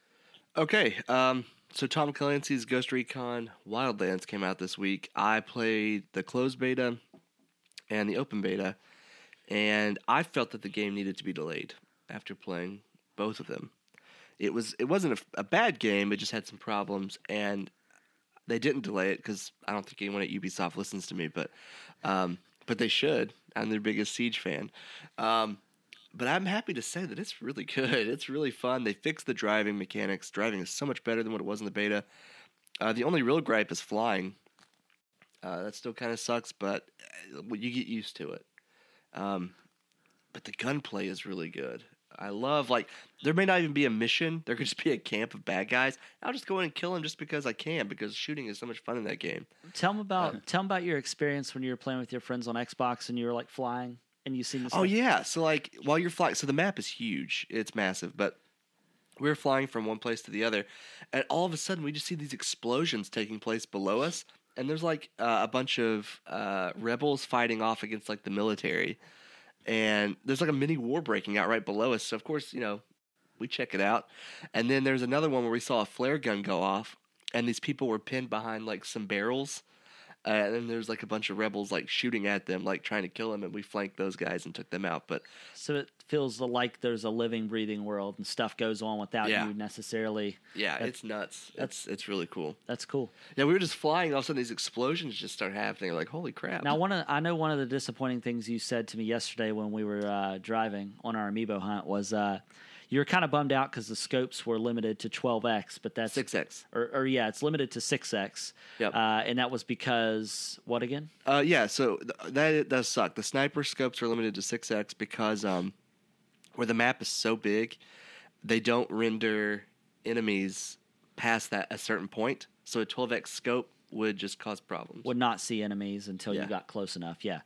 [SPEAKER 1] Okay, um, so Tom Clancy's Ghost Recon Wildlands came out this week. I played the closed beta and the open beta, and I felt that the game needed to be delayed after playing both of them. It was it wasn't a, a bad game; it just had some problems, and they didn't delay it because I don't think anyone at Ubisoft listens to me, but um, but they should. I'm their biggest Siege fan. Um, but I'm happy to say that it's really good. It's really fun. They fixed the driving mechanics. Driving is so much better than what it was in the beta. Uh, the only real gripe is flying. Uh, that still kind of sucks, but uh, you get used to it. Um, but the gunplay is really good. I love like there may not even be a mission. There could just be a camp of bad guys. I'll just go in and kill them just because I can because shooting is so much fun in that game.
[SPEAKER 2] Tell them about tell 'em about your experience when you were playing with your friends on Xbox and you were like flying and you seen this.
[SPEAKER 1] Oh yeah, so like while you're flying, so the map is huge. It's massive, but we were flying from one place to the other, and all of a sudden we just see these explosions taking place below us, and there's like uh, a bunch of uh, rebels fighting off against like the military, and there's like a mini war breaking out right below us. So of course, you know, we check it out, and then there's another one where we saw a flare gun go off, and these people were pinned behind like some barrels. Uh, and then there's like a bunch of rebels like shooting at them, like trying to kill them, and we flanked those guys and took them out. But
[SPEAKER 2] So it feels like there's a living, breathing world and stuff goes on without
[SPEAKER 1] Yeah.
[SPEAKER 2] you necessarily.
[SPEAKER 1] yeah,
[SPEAKER 2] That's-
[SPEAKER 1] it's nuts. It's it's really cool.
[SPEAKER 2] That's cool.
[SPEAKER 1] Yeah, we were just flying, and all of a sudden these explosions just start happening. Like holy crap!
[SPEAKER 2] Now, one of I know one of the disappointing things you said to me yesterday when we were uh, driving on our amiibo hunt was uh, you were kind of bummed out because the scopes were limited to 12x, but that's
[SPEAKER 1] six X.
[SPEAKER 2] or, or yeah, it's limited to 6x.
[SPEAKER 1] Yep.
[SPEAKER 2] Uh, and that was because what again?
[SPEAKER 1] Uh, yeah, so th- that does suck. The sniper scopes are limited to six X because um, where the map is so big, they don't render enemies past that a certain point. So a twelve X scope would just cause problems.
[SPEAKER 2] Would not see enemies until
[SPEAKER 1] Yeah.
[SPEAKER 2] you got close enough. Yeah.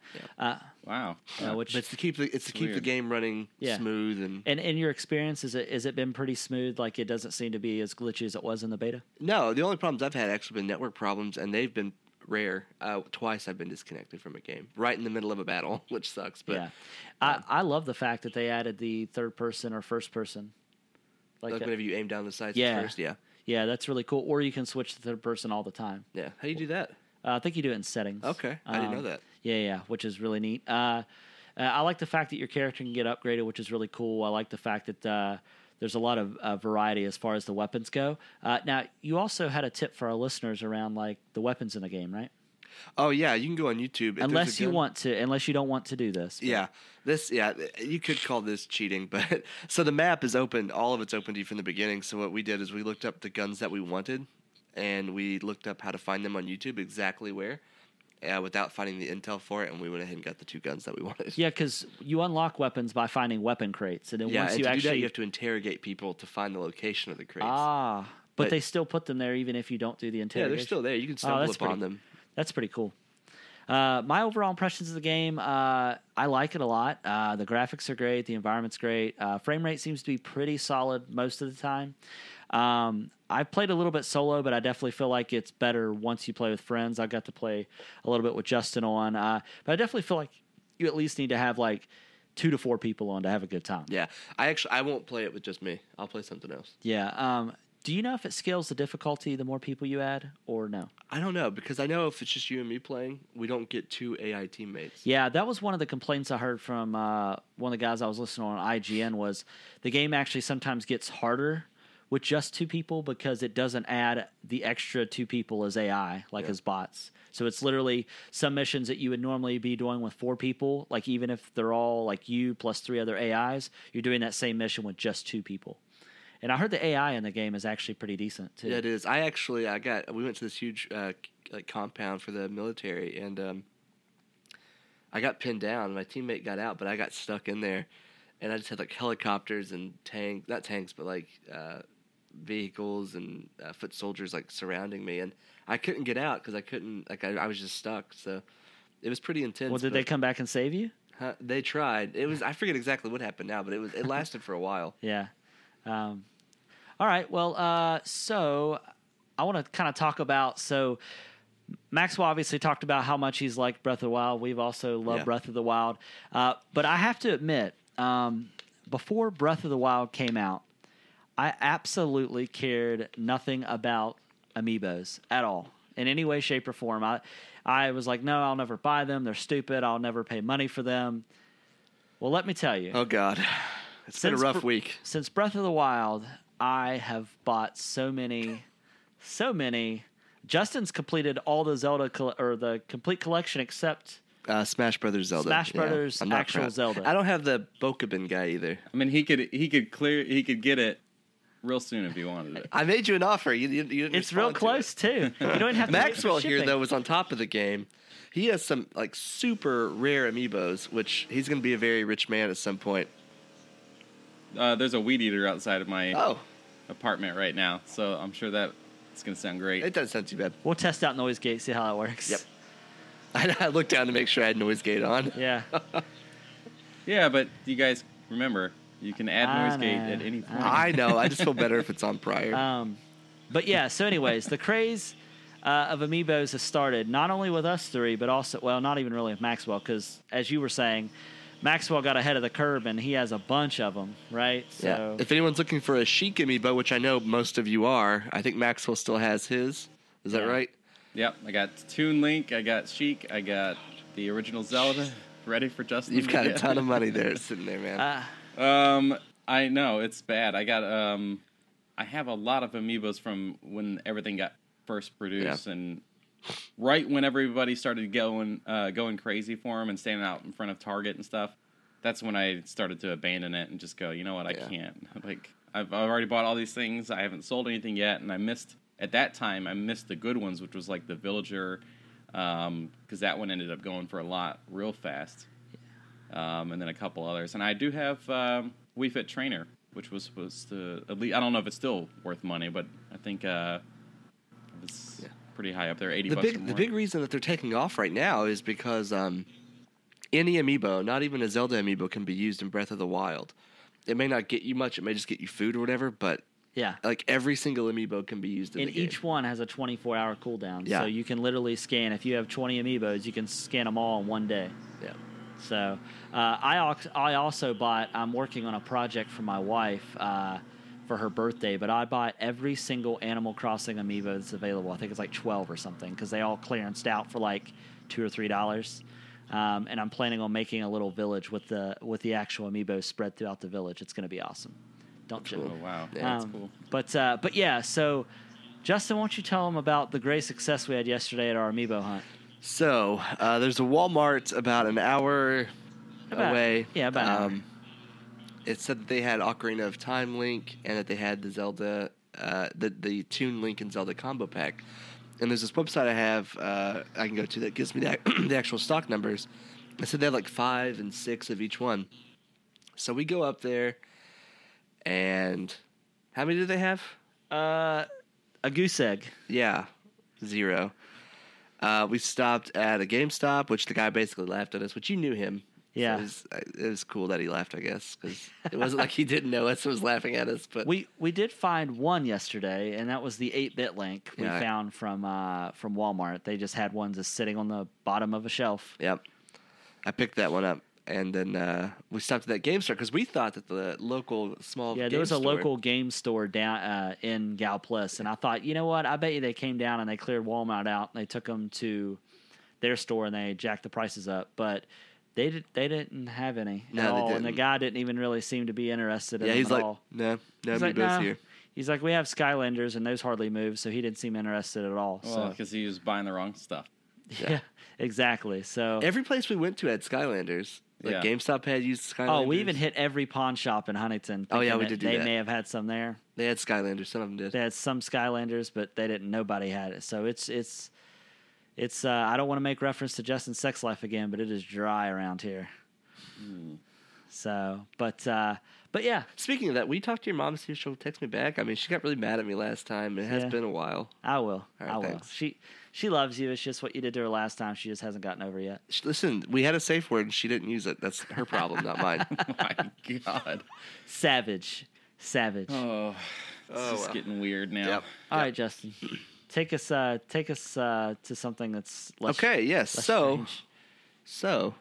[SPEAKER 3] Wow.
[SPEAKER 2] Uh, which
[SPEAKER 1] But it's to keep the it's to keep the
[SPEAKER 3] weird.
[SPEAKER 1] game running
[SPEAKER 2] Yeah.
[SPEAKER 1] smooth and
[SPEAKER 2] and in your experience, is it is it been pretty smooth? Like it doesn't seem to be as glitchy as it was in the beta.
[SPEAKER 1] No, the only problems I've had actually been network problems, and they've been rare. Uh, twice I've been disconnected from a game right in the middle of a battle, which sucks. But
[SPEAKER 2] yeah, I, I love the fact that they added the third person or first person. Like,
[SPEAKER 1] like,
[SPEAKER 2] uh,
[SPEAKER 1] whenever you aim down the sights
[SPEAKER 2] Yeah.
[SPEAKER 1] first, yeah,
[SPEAKER 2] yeah, that's really cool. Or you can switch to third person all the time.
[SPEAKER 1] yeah. How do you do that?
[SPEAKER 2] Uh, I think you do it in settings.
[SPEAKER 1] Okay, I didn't know
[SPEAKER 2] Um,
[SPEAKER 1] that.
[SPEAKER 2] Yeah, yeah, which is really neat. Uh, uh, I like the fact that your character can get upgraded, which is really cool. I like the fact that uh, there's a lot of uh, variety as far as the weapons go. Uh, now, you also had a tip for our listeners around like the weapons in the game, right?
[SPEAKER 1] Oh yeah, you can go on YouTube if there's a
[SPEAKER 2] unless you
[SPEAKER 1] gun-
[SPEAKER 2] want to, unless you don't want to do this. but-
[SPEAKER 1] Yeah, this yeah you could call this cheating, but so the map is open. All of it's open to you from the beginning. So what we did is we looked up the guns that we wanted, and we looked up how to find them on YouTube exactly where, uh, without finding the intel for it, and we went ahead and got the two guns that we wanted.
[SPEAKER 2] Yeah, because you unlock weapons by finding weapon crates, and then
[SPEAKER 1] Yeah,
[SPEAKER 2] once
[SPEAKER 1] and
[SPEAKER 2] you
[SPEAKER 1] to do
[SPEAKER 2] actually
[SPEAKER 1] that, you have to interrogate people to find the location of the crates.
[SPEAKER 2] ah, but,
[SPEAKER 1] But-
[SPEAKER 2] they still put them there even if you don't do the
[SPEAKER 1] yeah,
[SPEAKER 2] interrogation.
[SPEAKER 1] they're still there. You can stumble
[SPEAKER 2] that's
[SPEAKER 1] upon
[SPEAKER 2] pretty-
[SPEAKER 1] them.
[SPEAKER 2] That's pretty cool. Uh, my overall impressions of the game, uh, I like it a lot. Uh, the graphics are great, the environment's great. Uh, frame rate seems to be pretty solid most of the time. Um, I've played a little bit solo, but I definitely feel like it's better once you play with friends. I got to play a little bit with Justin on, uh, but I definitely feel like you at least need to have like two to four people on to have a good time.
[SPEAKER 1] Yeah, I actually I won't play it with just me. I'll play something else.
[SPEAKER 2] Yeah. Um, do you know if it scales the difficulty the more people you add or no?
[SPEAKER 1] I don't know because I know if it's just you and me playing, we don't get two AI teammates.
[SPEAKER 2] Yeah, that was one of the complaints I heard from uh, one of the guys I was listening on IGN was the game actually sometimes gets harder with just two people because it doesn't add the extra two people as AI, like as bots. So it's literally some missions that you would normally be doing with four people, like even if they're all like you plus three other AIs, you're doing that same mission with just two people. And I heard the AI in the game is actually pretty decent too.
[SPEAKER 1] Yeah, it is. I actually I got we went to this huge uh, c- like compound for the military, and um, I got pinned down. My teammate got out, but I got stuck in there, and I just had like helicopters and tank not tanks, but like uh, vehicles and uh, foot soldiers like surrounding me, and I couldn't get out because I couldn't like I, I was just stuck. So it was pretty intense.
[SPEAKER 2] well, did they
[SPEAKER 1] but,
[SPEAKER 2] come back and save you?
[SPEAKER 1] huh, they tried. It was I forget exactly what happened now, but it was it lasted for a while.
[SPEAKER 2] Yeah. Um, all right. Well, uh, so I want to kind of talk about so Maxwell obviously talked about how much he's liked Breath of the Wild. We've also loved
[SPEAKER 1] Yeah.
[SPEAKER 2] Breath of the Wild, uh, but I have to admit, um, before Breath of the Wild came out, I absolutely cared nothing about amiibos at all in any way, shape, or form. I I was like, no, I'll never buy them. They're stupid. I'll never pay money for them. Well, let me tell you
[SPEAKER 1] Oh God, it's been a
[SPEAKER 2] Since
[SPEAKER 1] rough
[SPEAKER 2] Br-
[SPEAKER 1] week.
[SPEAKER 2] since Breath of the Wild, I have bought so many, so many. Justin's completed all the Zelda col- or the complete collection except
[SPEAKER 1] Uh, Smash Brothers Zelda.
[SPEAKER 2] Smash
[SPEAKER 1] yeah.
[SPEAKER 2] Brothers
[SPEAKER 1] I'm not
[SPEAKER 2] actual
[SPEAKER 1] proud.
[SPEAKER 2] Zelda.
[SPEAKER 1] I don't have the Bokobin guy either.
[SPEAKER 3] I mean, he could he could clear he could get it real soon if he wanted it.
[SPEAKER 1] I made you an offer. You, you, you didn't
[SPEAKER 2] it's real
[SPEAKER 1] respond to
[SPEAKER 2] close
[SPEAKER 1] it.
[SPEAKER 2] too. You don't even have to wait for
[SPEAKER 1] Maxwell here
[SPEAKER 2] shipping.
[SPEAKER 1] though was on top of the game. He has some like super rare amiibos, which he's going to be a very rich man at some point.
[SPEAKER 3] Uh, there's a weed eater outside of my
[SPEAKER 1] Oh,
[SPEAKER 3] apartment right now, so I'm sure that it's gonna sound great.
[SPEAKER 1] it doesn't sound too bad.
[SPEAKER 2] We'll test out Noise Gate, see how that works.
[SPEAKER 1] Yep. I, looked down to make sure I had noise gate on.
[SPEAKER 2] Yeah.
[SPEAKER 3] yeah, but you guys remember you can
[SPEAKER 2] I
[SPEAKER 3] add noise gate
[SPEAKER 2] know.
[SPEAKER 3] at any point.
[SPEAKER 1] I know. I just feel better if it's on prior.
[SPEAKER 2] Um, but yeah. So, anyways, the craze uh, of amiibos has started not only with us three, but also well, not even really with Maxwell, because as you were saying, Maxwell got ahead of the curve and he has a bunch of them, right?
[SPEAKER 1] yeah. If anyone's looking for a chic amiibo, which I know most of you are, I think Maxwell still has his. Is that
[SPEAKER 2] Yeah.
[SPEAKER 1] right?
[SPEAKER 3] Yep, I got Toon Link, I got Sheik, I got the original Zelda. Ready for Justin?
[SPEAKER 1] You've
[SPEAKER 3] to
[SPEAKER 1] got a
[SPEAKER 3] get.
[SPEAKER 1] ton of money there sitting there, man.
[SPEAKER 2] Uh,
[SPEAKER 3] Um, I know it's bad. I got um, I have a lot of amiibos from when everything got first produced, and right when everybody started going uh, going crazy for them and standing out in front of Target and stuff. That's when I started to abandon it and just go. You know what? I
[SPEAKER 1] Yeah.
[SPEAKER 3] can't. Like I've I've already bought all these things. I haven't sold anything yet, and I missed at that time. I missed the good ones, which was like the Villager, because that one ended up going for a lot real fast um, and then a couple others. And I do have um, We Fit Trainer, which was supposed to at least I don't know if it's still worth money, but I think uh, it's
[SPEAKER 1] Yeah.
[SPEAKER 3] pretty high up there, eighty
[SPEAKER 1] the
[SPEAKER 3] bucks.
[SPEAKER 1] big
[SPEAKER 3] or
[SPEAKER 1] the
[SPEAKER 3] more.
[SPEAKER 1] big reason that they're taking off right now is because um, any amiibo, not even a Zelda amiibo, can be used in Breath of the Wild. It may not get you much; it may just get you food or whatever. But
[SPEAKER 2] yeah.
[SPEAKER 1] like every single amiibo can be used in
[SPEAKER 2] and
[SPEAKER 1] the game.
[SPEAKER 2] each one has a 24 hour cooldown.
[SPEAKER 1] Yeah.
[SPEAKER 2] So you can literally scan, if you have 20 amiibos, you can scan them all in one day.
[SPEAKER 1] yeah.
[SPEAKER 2] So uh, I, al- I also bought, I'm working on a project for my wife uh, for her birthday, but I bought every single Animal Crossing amiibo that's available. I think it's like 12 or something because they all clearanced out for like 2 or $3. Um, and I'm planning on making a little village with the with the actual amiibo spread throughout the village. It's going to be awesome. Don't you?
[SPEAKER 3] Oh wow,
[SPEAKER 1] Yeah.
[SPEAKER 3] that's
[SPEAKER 2] Um,
[SPEAKER 3] cool.
[SPEAKER 2] But uh, but yeah, so Justin, why don't you tell them about the great success we had yesterday at our amiibo hunt?
[SPEAKER 1] So uh, there's a Walmart about an hour
[SPEAKER 2] About-
[SPEAKER 1] away. Um,
[SPEAKER 2] yeah, about an
[SPEAKER 1] It said that they had Ocarina of Time Link and that they had the Zelda, uh, the the Toon Link and Zelda combo pack. And there's this website I have uh, I can go to that gives me the, the actual stock numbers. I said they had like five and six of each one. So we go up there, and how many do they have?
[SPEAKER 2] Uh, a goose egg.
[SPEAKER 1] Yeah, zero. Uh, we stopped at a GameStop, which the guy basically laughed at us, which you knew him.
[SPEAKER 2] Yeah.
[SPEAKER 1] So it, was, uh, it was cool that he laughed, I guess, because it wasn't like he didn't know us and was laughing at us. But
[SPEAKER 2] We we did find one yesterday, and that was the eight bit link we
[SPEAKER 1] Yeah, I-
[SPEAKER 2] found from uh, from Walmart. They just had ones just sitting on the bottom of a shelf.
[SPEAKER 1] yep, I picked that one up, and then uh, we stopped at that GameStop because we thought that the local small
[SPEAKER 2] Yeah,
[SPEAKER 1] game
[SPEAKER 2] there was a
[SPEAKER 1] store-
[SPEAKER 2] local game store down uh, in Galplis, and I thought, you know what? I bet you they came down and they cleared Walmart out, and they took them to their store and they jacked the prices up, but. They, did, they didn't have any at
[SPEAKER 1] No, they
[SPEAKER 2] all, and the
[SPEAKER 1] didn't.
[SPEAKER 2] guy didn't even really seem to be interested in
[SPEAKER 1] Yeah,
[SPEAKER 2] them
[SPEAKER 1] he's
[SPEAKER 2] at
[SPEAKER 1] like,
[SPEAKER 2] all.
[SPEAKER 1] no, no,
[SPEAKER 2] He's
[SPEAKER 1] Amiibo's
[SPEAKER 2] like, "Nah."
[SPEAKER 1] here.
[SPEAKER 2] He's like, we have Skylanders, and those hardly move, so he didn't seem interested at all.
[SPEAKER 3] Well,
[SPEAKER 2] So
[SPEAKER 3] because he was buying the wrong stuff.
[SPEAKER 2] yeah, exactly. So
[SPEAKER 1] Every place we went to had Skylanders. Like
[SPEAKER 3] Yeah.
[SPEAKER 1] GameStop had used Skylanders.
[SPEAKER 2] Oh, we even hit every pawn shop in Huntington.
[SPEAKER 1] Oh, yeah,
[SPEAKER 2] thinking
[SPEAKER 1] we
[SPEAKER 2] that
[SPEAKER 1] did do
[SPEAKER 2] They
[SPEAKER 1] that.
[SPEAKER 2] may have had some there.
[SPEAKER 1] They had Skylanders. Some of them did.
[SPEAKER 2] They had some Skylanders, but they didn't. Nobody had it. So it's it's it's. Uh, I don't want to make reference to Justin's sex life again, but it is dry around here.
[SPEAKER 1] Hmm.
[SPEAKER 2] So, but uh, but yeah,
[SPEAKER 1] Speaking of that, we talked to your mom to see if she'll text me back. I mean, she got really mad at me last time. It has
[SPEAKER 2] Yeah.
[SPEAKER 1] been a while.
[SPEAKER 2] I will.
[SPEAKER 1] right,
[SPEAKER 2] I will.
[SPEAKER 1] thanks.
[SPEAKER 2] She she loves you. It's just what you did to her last time. She just hasn't gotten over yet.
[SPEAKER 1] Sh- Listen, we had a safe word and she didn't use it. That's her problem, not mine.
[SPEAKER 3] Oh, My God.
[SPEAKER 2] Savage, savage.
[SPEAKER 3] Oh, it's
[SPEAKER 1] Oh,
[SPEAKER 3] just
[SPEAKER 1] well.
[SPEAKER 3] getting weird now.
[SPEAKER 1] Yep.
[SPEAKER 2] All right, Justin, take us uh, take us uh, to something that's less,
[SPEAKER 1] Okay, yes.
[SPEAKER 2] less
[SPEAKER 1] So,
[SPEAKER 2] strange.
[SPEAKER 1] so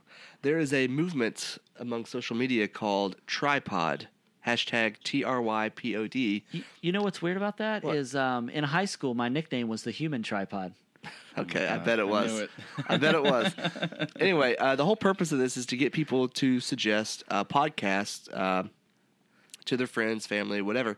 [SPEAKER 1] there is a movement among social media called tripod. Hashtag T R Y P O D.
[SPEAKER 2] You, you know what's weird about that is
[SPEAKER 1] What?
[SPEAKER 2] um, in high school, my nickname was the human tripod.
[SPEAKER 1] Okay, I
[SPEAKER 3] Oh God,
[SPEAKER 1] bet
[SPEAKER 3] I
[SPEAKER 1] it
[SPEAKER 3] knew
[SPEAKER 1] was.
[SPEAKER 3] it.
[SPEAKER 1] I bet it was. Anyway, uh, the whole purpose of this is to get people to suggest uh, podcasts uh, to their friends, family, whatever.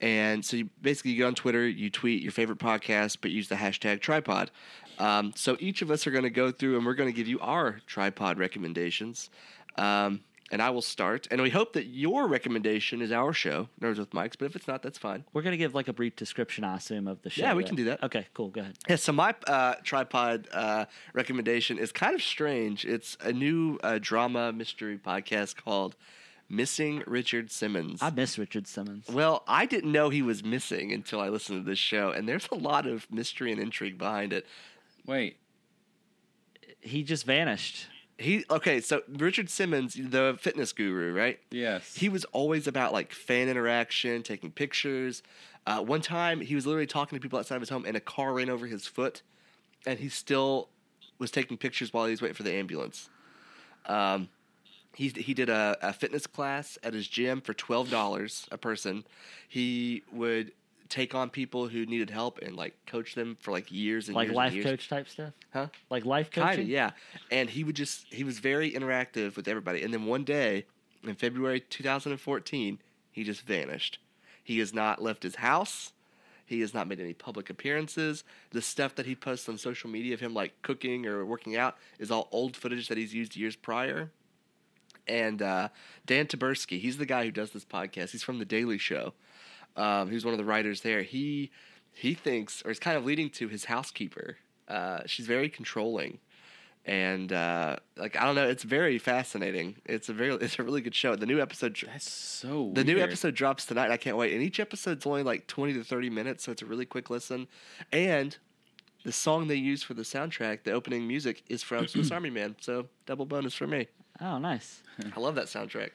[SPEAKER 1] And so you basically you get on Twitter, you tweet your favorite podcast, but use the hashtag tripod. Um, so each of us are going to go through and we're going to give you our tripod recommendations. Um, and I will start. And we hope that your recommendation is our show, Nerds with Mics. But if it's not, that's fine.
[SPEAKER 2] We're gonna give like a brief description, I assume, of the show.
[SPEAKER 1] Yeah, we
[SPEAKER 2] then.
[SPEAKER 1] can do that.
[SPEAKER 2] Okay, cool. Go ahead.
[SPEAKER 1] Yeah, so my uh, tripod uh, recommendation is kind of strange. It's a new uh, drama mystery podcast called Missing Richard Simmons.
[SPEAKER 2] I miss Richard Simmons.
[SPEAKER 1] well, I didn't know he was missing until I listened to this show, and there's a lot of mystery and intrigue behind it.
[SPEAKER 3] Wait.
[SPEAKER 2] He just vanished.
[SPEAKER 1] He okay, so Richard Simmons, the fitness guru, right?
[SPEAKER 3] Yes.
[SPEAKER 1] He was always about like fan interaction, taking pictures. Uh, one time, he was literally talking to people outside of his home, and a car ran over his foot, and he still was taking pictures while he was waiting for the ambulance. Um, he he did a, a fitness class at his gym for twelve dollars a person. He would take on people who needed help and like coach them for like years and
[SPEAKER 2] Like
[SPEAKER 1] years and
[SPEAKER 2] life
[SPEAKER 1] years.
[SPEAKER 2] coach type stuff.
[SPEAKER 1] huh?
[SPEAKER 2] Like life coaching.
[SPEAKER 1] Kinda, yeah. And he would just he was very interactive with everybody. And then one day in February 2014, he just vanished. He has not left his house. He has not made any public appearances. The stuff that he posts on social media of him like cooking or working out is all old footage that he's used years prior. And uh, Dan Taberski, he's the guy who does this podcast. He's from The Daily Show. Um, he was one of the writers there. He he thinks, or is kind of leading to his housekeeper. Uh, she's very controlling and uh, like I don't know, it's very fascinating. It's a very it's a really good show. The new episode dr-
[SPEAKER 3] That's so.
[SPEAKER 1] the new
[SPEAKER 3] weird.
[SPEAKER 1] episode drops tonight. and I can't wait. And each episode's only like twenty to thirty minutes, so it's a really quick listen. And the song they use for the soundtrack, the opening music, is from Swiss Army Man. So double bonus for me.
[SPEAKER 2] Oh, nice.
[SPEAKER 1] I love that soundtrack.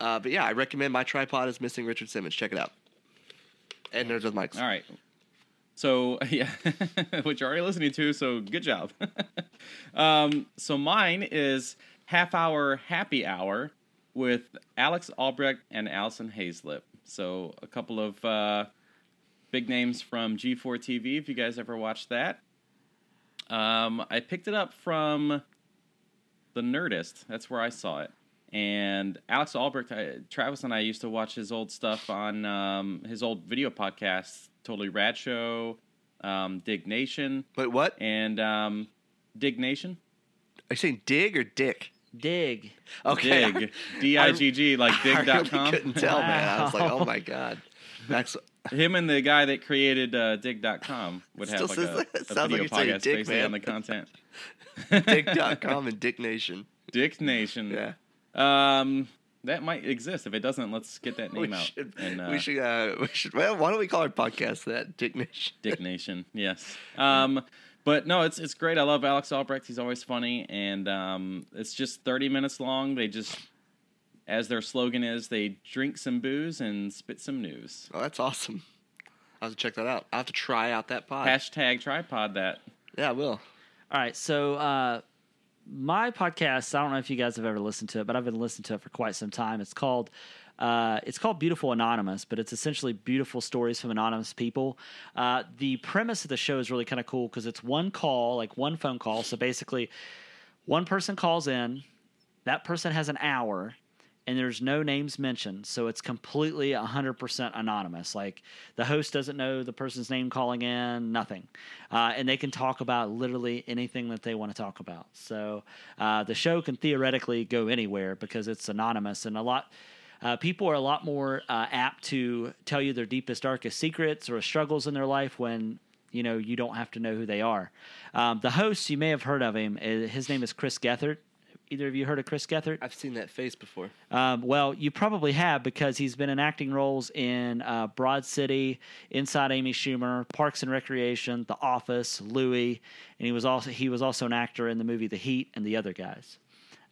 [SPEAKER 1] Uh, but yeah, I recommend my tripod is missing Richard Simmons. Check it out. And Nerds with Mics.
[SPEAKER 3] All right. So yeah, which you're already listening to. So good job. um, so mine is half hour happy hour with Alex Albrecht and Allison Hazlip. So a couple of uh, big names from G4 TV. If you guys ever watched that, um, I picked it up from the Nerdist. That's where I saw it. And Alex Albrecht, I, Travis and I used to watch his old stuff on um, his old video podcasts, Totally Rad Show, um, Dig Nation,
[SPEAKER 1] Wait, what? Are
[SPEAKER 3] and um, Dig Nation.
[SPEAKER 1] you saying dig or dick?
[SPEAKER 2] Dig.
[SPEAKER 1] Okay.
[SPEAKER 3] Dig, D I G G, like
[SPEAKER 1] I really
[SPEAKER 3] dig.com.
[SPEAKER 1] couldn't tell, man. I was like,
[SPEAKER 2] Wow.
[SPEAKER 1] oh my god, that's
[SPEAKER 3] Him and the guy that created uh, dig.com would have
[SPEAKER 1] Still says-
[SPEAKER 3] like a, a
[SPEAKER 1] it sounds like
[SPEAKER 3] video
[SPEAKER 1] you're saying
[SPEAKER 3] podcast
[SPEAKER 1] dick,
[SPEAKER 3] based
[SPEAKER 1] man.
[SPEAKER 3] on the content.
[SPEAKER 1] Dick.com and Dick Nation.
[SPEAKER 3] Dick Nation.
[SPEAKER 1] Yeah.
[SPEAKER 3] Um, that might exist. If it doesn't, let's get that name
[SPEAKER 1] we,
[SPEAKER 3] out.
[SPEAKER 1] should,
[SPEAKER 3] and, uh,
[SPEAKER 1] we should, uh, we should, well, why don't we call our podcast that? Dick Nation.
[SPEAKER 3] Dick Nation. Yes. Um, but no, it's it's great. I love Alex Albrecht. He's always funny, and um, it's just thirty minutes long. They just, as their slogan is, they drink some booze and spit some news.
[SPEAKER 1] Oh, that's awesome. I'll have to check that out. I'll have to try out that pod.
[SPEAKER 3] Hashtag tripod that.
[SPEAKER 1] Yeah, I will.
[SPEAKER 2] All right, so uh, my podcast. I don't know if you guys have ever listened to it, but I've been listening to it for quite some time. It's called uh, it's called Beautiful Anonymous, but it's essentially beautiful stories from anonymous people. Uh, the premise of the show is really kind of cool because it's one call, like one phone call. So basically, one person calls in, that person has an hour and there's no names mentioned, so it's completely 100% anonymous. Like the host doesn't know the person's name calling in, nothing. Uh, and they can talk about literally anything that they want to talk about. So uh, the show can theoretically go anywhere because it's anonymous and a lot. Uh, people are a lot more uh, apt to tell you their deepest, darkest secrets or struggles in their life when you know you don't have to know who they are. Um, the host, you may have heard of him. Uh, His name is Chris Gethard. Either of you heard of Chris Gethard?
[SPEAKER 1] I've seen that face before.
[SPEAKER 2] Um, well, you probably have because he's been in acting roles in uh, Broad City, Inside Amy Schumer, Parks and Recreation, The Office, Louie, and he was also he was also an actor in the movie The Heat and The Other Guys.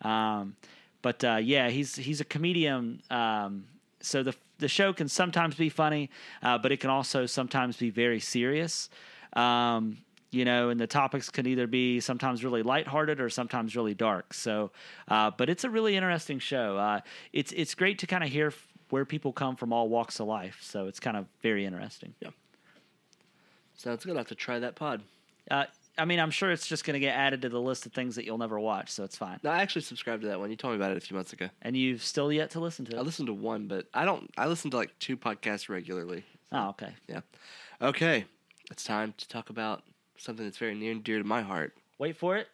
[SPEAKER 2] Um, but uh, yeah, he's he's a comedian. Um, so the the show can sometimes be funny, uh, but it can also sometimes be very serious. Um, you know, and the topics can either be sometimes really lighthearted or sometimes really dark. So, uh, but it's a really interesting show. Uh, it's it's great to kind of hear f- where people come from all walks of life. So it's kind of very interesting.
[SPEAKER 1] Sounds good. I'll have to try that pod.
[SPEAKER 2] Uh, I mean, I'm sure it's just going to get added to the list of things that you'll never watch, so it's fine.
[SPEAKER 1] No, I actually subscribed to that one. You told me about it a few months ago.
[SPEAKER 2] And you've still yet to listen to
[SPEAKER 1] I
[SPEAKER 2] it.
[SPEAKER 1] listened to one, but I don't. I listen to like two podcasts regularly.
[SPEAKER 2] Oh, okay.
[SPEAKER 1] Yeah. Okay, it's time to talk about something that's very near and dear to my heart.
[SPEAKER 2] Wait for it.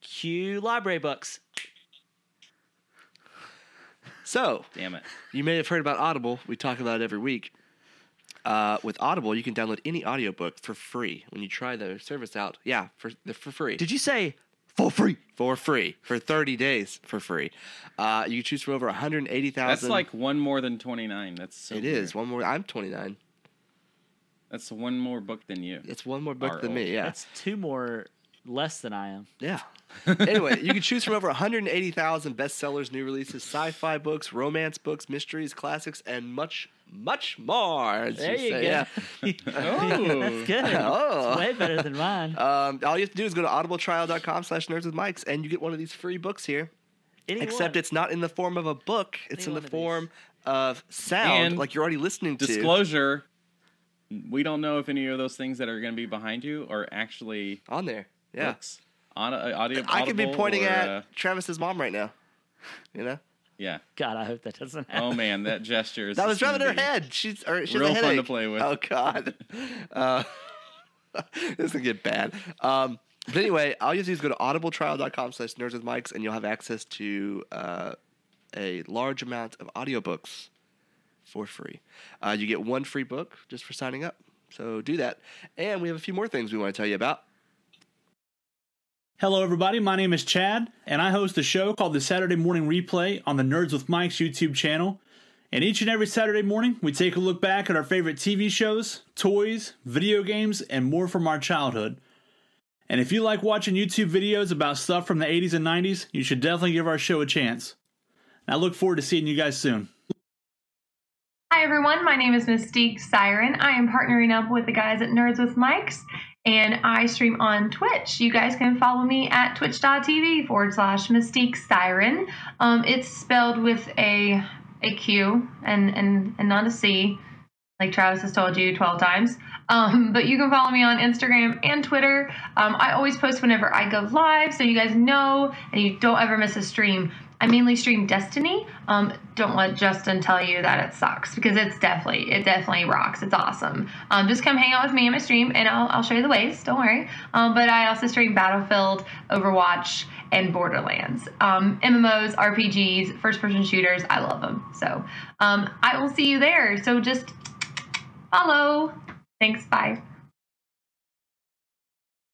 [SPEAKER 2] Cue library books.
[SPEAKER 1] So,
[SPEAKER 3] Damn it.
[SPEAKER 1] you may have heard about Audible. We talk about it every week. Uh, with Audible, you can download any audiobook for free when you try their service out. Yeah, for for free.
[SPEAKER 2] Did you say
[SPEAKER 1] for free. For free. For 30 days for free. Uh, you choose from over 180,000.
[SPEAKER 3] That's like one more than 29. That's so
[SPEAKER 1] It
[SPEAKER 3] weird.
[SPEAKER 1] is. One more. I'm 29.
[SPEAKER 3] That's one more book than you.
[SPEAKER 1] It's one more book
[SPEAKER 3] Are
[SPEAKER 1] than
[SPEAKER 3] old.
[SPEAKER 1] me. Yeah.
[SPEAKER 2] that's two more less than I am?
[SPEAKER 1] Yeah. anyway, you can choose from over 180,000 bestsellers, new releases, sci-fi books, romance books, mysteries, classics, and much, much more. as
[SPEAKER 2] There you
[SPEAKER 1] say.
[SPEAKER 2] go.
[SPEAKER 1] Yeah.
[SPEAKER 3] Oh.
[SPEAKER 2] that's good.
[SPEAKER 1] Oh.
[SPEAKER 2] It's way better than mine.
[SPEAKER 1] Um, all you have to do is go to audibletrial.com slash nerds with mics and you get one of these free books here.
[SPEAKER 2] Any
[SPEAKER 1] Except
[SPEAKER 2] one.
[SPEAKER 1] it's not in the form of a book. It's
[SPEAKER 2] Any
[SPEAKER 1] in
[SPEAKER 2] one
[SPEAKER 1] the
[SPEAKER 2] of these.
[SPEAKER 1] form of sound,
[SPEAKER 3] And
[SPEAKER 1] like you're already listening to.
[SPEAKER 3] Disclosure. We don't know if any of those things that are going to be behind you are actually
[SPEAKER 1] on there. Yeah.
[SPEAKER 3] books. On, uh, audio,
[SPEAKER 1] I could be
[SPEAKER 3] Audible
[SPEAKER 1] pointing
[SPEAKER 3] or,
[SPEAKER 1] at
[SPEAKER 3] uh,
[SPEAKER 1] Travis's mom right now. You know?
[SPEAKER 3] yeah.
[SPEAKER 2] God, I hope that doesn't happen.
[SPEAKER 3] Oh man, that gesture is.
[SPEAKER 1] That was
[SPEAKER 3] just gonna
[SPEAKER 1] driving her
[SPEAKER 3] be-
[SPEAKER 1] head. She's or she's
[SPEAKER 3] real
[SPEAKER 1] a
[SPEAKER 3] fun to
[SPEAKER 1] headache.
[SPEAKER 3] play with.
[SPEAKER 1] Oh god. Uh, this can get bad. Um but anyway, all you have to do is go to audibletrial.com slash nerds with mics and you'll have access to uh, a large amount of audiobooks for free. Uh, you get one free book just for signing up. So do that. And we have a few more things we want to tell you about.
[SPEAKER 4] Hello, everybody. My name is Chad, and I host a show called the Saturday Morning Replay on the Nerds with Mike's YouTube channel. And each and every Saturday morning, we take a look back at our favorite TV shows, toys, video games, and more from our childhood. And if you like watching YouTube videos about stuff from the 80s and 90s, you should definitely give our show a chance. And I look forward to seeing you guys soon.
[SPEAKER 5] Hi, everyone. My name is Mystique Siren. I am partnering up with the guys at Nerds with Mics, and I stream on Twitch. You guys can follow me at twitch.tv forward slash Mystique Siren. Um, it's spelled with a, a Q and, and, and not a C, like Travis has told you 12 times. Um, but you can follow me on Instagram and Twitter. Um, I always post whenever I go live, so you guys know and you don't ever miss a stream. I mainly stream Destiny. Um, don't let Justin tell you that it sucks because it's definitely it definitely rocks. It's awesome. Um, just come hang out with me on my stream, and I'll, I'll show you the ways. Don't worry. Um, but I also stream Battlefield, Overwatch, and Borderlands. Um, MMOs, RPGs, first-person shooters. I love them. So um, I will see you there. So just follow. Thanks. Bye.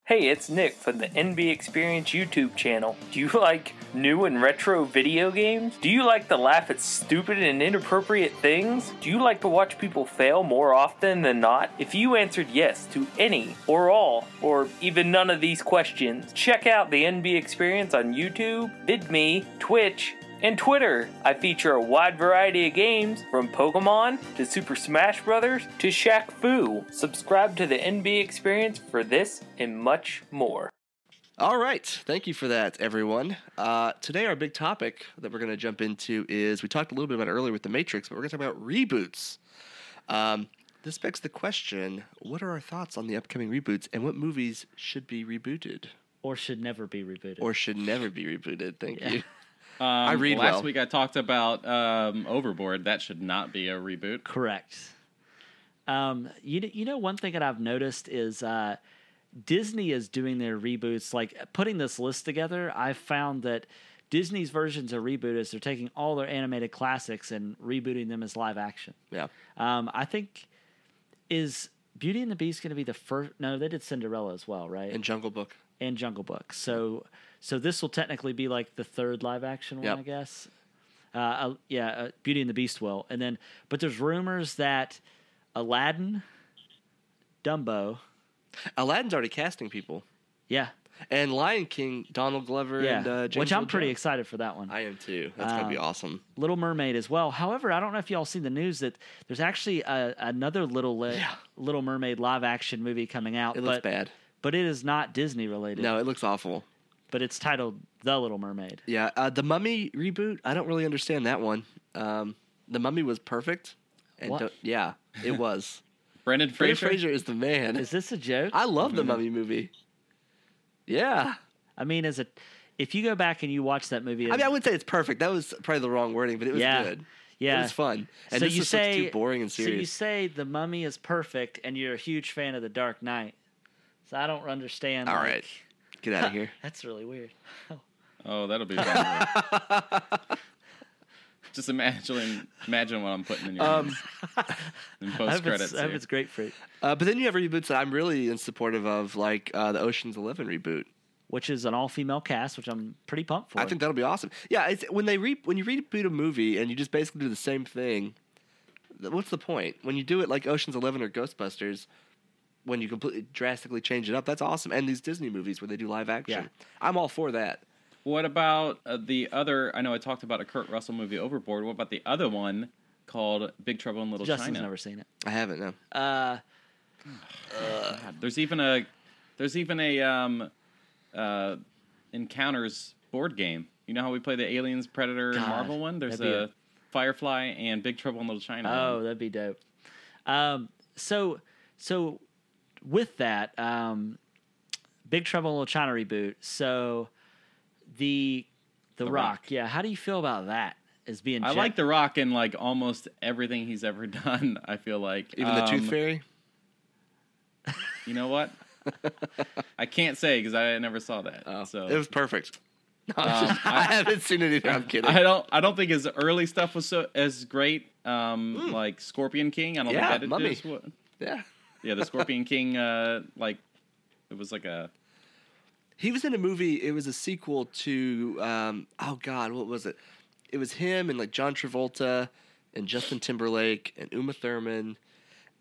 [SPEAKER 6] Hey, it's Nick from the NB Experience YouTube channel. Do you like new and retro video games? Do you like to laugh at stupid and inappropriate things? Do you like to watch people fail more often than not? If you answered yes to any or all or even none of these questions, check out the NB Experience on YouTube, VidMe, Twitch, and Twitter. I feature a wide variety of games from Pokemon to Super Smash Bros. to Shaq Fu. Subscribe to the NB Experience for this and much more.
[SPEAKER 1] All right. Thank you for that, everyone. Uh, today, our big topic that we're going to jump into is we talked a little bit about it earlier with The Matrix, but we're going to talk about reboots. Um, this begs the question what are our thoughts on the upcoming reboots and what movies should be rebooted
[SPEAKER 2] or should never be rebooted.
[SPEAKER 1] or should never be rebooted? Thank you.
[SPEAKER 3] Um,
[SPEAKER 1] I read
[SPEAKER 3] Last
[SPEAKER 1] well.
[SPEAKER 3] week I talked about um, Overboard. That should not be a reboot.
[SPEAKER 2] Correct. Um, you kn- you know one thing that I've noticed is uh, Disney is doing their reboots. Like putting this list together, I've found that Disney's versions of reboot is they're taking all their animated classics and rebooting them as live action.
[SPEAKER 1] Yeah.
[SPEAKER 2] Um, I think is Beauty and the Beast going to be the first? No, they did Cinderella as well, right?
[SPEAKER 1] And Jungle Book.
[SPEAKER 2] and Jungle Book. So so this will technically be like the third live action one,
[SPEAKER 1] Yep.
[SPEAKER 2] I guess. Uh, uh, yeah, uh, Beauty and the Beast will, and then but there's rumors that Aladdin, Dumbo,
[SPEAKER 1] Aladdin's already casting people.
[SPEAKER 2] yeah,
[SPEAKER 1] And Lion King, Donald Glover
[SPEAKER 2] yeah,
[SPEAKER 1] and uh, James
[SPEAKER 2] which I'm
[SPEAKER 1] Earl
[SPEAKER 2] pretty Um,
[SPEAKER 1] Jones.
[SPEAKER 2] excited for that one.
[SPEAKER 1] I am too. That's gonna be awesome.
[SPEAKER 2] Little Mermaid as well. However, I don't know if y'all seen the news that there's actually a, another Little Li- Little Mermaid live action movie coming out.
[SPEAKER 1] It looks
[SPEAKER 2] but,
[SPEAKER 1] bad.
[SPEAKER 2] but it is not Disney related.
[SPEAKER 1] No, it looks awful.
[SPEAKER 2] but it's titled The Little Mermaid.
[SPEAKER 1] Yeah, uh, the Mummy reboot. I don't really understand that one. Um, the Mummy was perfect. And
[SPEAKER 2] What?
[SPEAKER 1] don't- yeah, it was.
[SPEAKER 3] Brendan
[SPEAKER 1] Brendan
[SPEAKER 3] Fraser.
[SPEAKER 1] Fraser is the man.
[SPEAKER 2] Is this a joke?
[SPEAKER 1] I love the Mummy movie. Yeah,
[SPEAKER 2] I mean, as a if you go back and you watch that movie,
[SPEAKER 1] I mean, I would say it's perfect. That was probably the wrong wording, but it was
[SPEAKER 2] Yeah.
[SPEAKER 1] good.
[SPEAKER 2] yeah,
[SPEAKER 1] it was fun. And
[SPEAKER 2] so
[SPEAKER 1] this
[SPEAKER 2] you
[SPEAKER 1] is
[SPEAKER 2] say
[SPEAKER 1] too boring and
[SPEAKER 2] So you
[SPEAKER 1] serious.
[SPEAKER 2] say the Mummy is perfect, and you're a huge fan of the Dark Knight. So I don't understand.
[SPEAKER 1] All
[SPEAKER 2] like,
[SPEAKER 1] right, get out of here.
[SPEAKER 2] that's really weird.
[SPEAKER 3] Oh, that'll be. fun. Just imagine, imagine what I'm putting in your
[SPEAKER 1] Um,
[SPEAKER 3] hands. in
[SPEAKER 2] I
[SPEAKER 3] post
[SPEAKER 2] hope,
[SPEAKER 3] credits.
[SPEAKER 2] it's, I hope it's grapefruit,
[SPEAKER 1] Uh, but then you have reboots that I'm really in supportive of, like uh, the Ocean's Eleven reboot.
[SPEAKER 2] which is an all female cast, which I'm pretty pumped for.
[SPEAKER 1] I think that'll be awesome. Yeah, it's, when they re- when you reboot a movie and you just basically do the same thing, th- what's the point? When you do it like Ocean's Eleven or Ghostbusters, when you completely drastically change it up, that's awesome. And these Disney movies where they do live action,
[SPEAKER 2] Yeah.
[SPEAKER 1] I'm all for that.
[SPEAKER 3] What about uh, the other? I know I talked about a Kurt Russell movie, Overboard. What about the other one called Big Trouble in Little
[SPEAKER 2] Justin's
[SPEAKER 3] China?
[SPEAKER 2] never seen it.
[SPEAKER 1] I haven't. No.
[SPEAKER 2] Uh,
[SPEAKER 3] There's even a there's even a um, uh, encounters board game. You know how we play the Aliens, Predator, and
[SPEAKER 2] God,
[SPEAKER 3] Marvel one? There's
[SPEAKER 2] that'd be
[SPEAKER 3] a
[SPEAKER 2] a-
[SPEAKER 3] Firefly and Big Trouble in Little China.
[SPEAKER 2] Oh, that'd be dope. Um, so, so with that, um, Big Trouble in Little China reboot. So the the,
[SPEAKER 3] The
[SPEAKER 2] Rock,
[SPEAKER 3] Rock.
[SPEAKER 2] yeah. How do you feel about that? As being,
[SPEAKER 3] I
[SPEAKER 2] Jack-
[SPEAKER 3] like The Rock in like almost everything he's ever done. I feel like
[SPEAKER 1] Even the Tooth
[SPEAKER 3] Um,
[SPEAKER 1] Fairy.
[SPEAKER 3] You know what? I can't say because I never saw that.
[SPEAKER 1] Oh,
[SPEAKER 3] so Um,
[SPEAKER 1] it was perfect. No, I'm just- I, haven't seen it either. I'm kidding.
[SPEAKER 3] I don't. I don't think his early stuff was so as great. Um, like Scorpion King. I don't
[SPEAKER 1] Mm. Yeah,
[SPEAKER 3] think that
[SPEAKER 1] Mummy.
[SPEAKER 3] did as well.
[SPEAKER 1] yeah.
[SPEAKER 3] Yeah, the Scorpion King. Uh, like it was like a
[SPEAKER 1] He was in a movie. It was a sequel to um, oh god, what was it? It was him and like John Travolta and Justin Timberlake and Uma Thurman,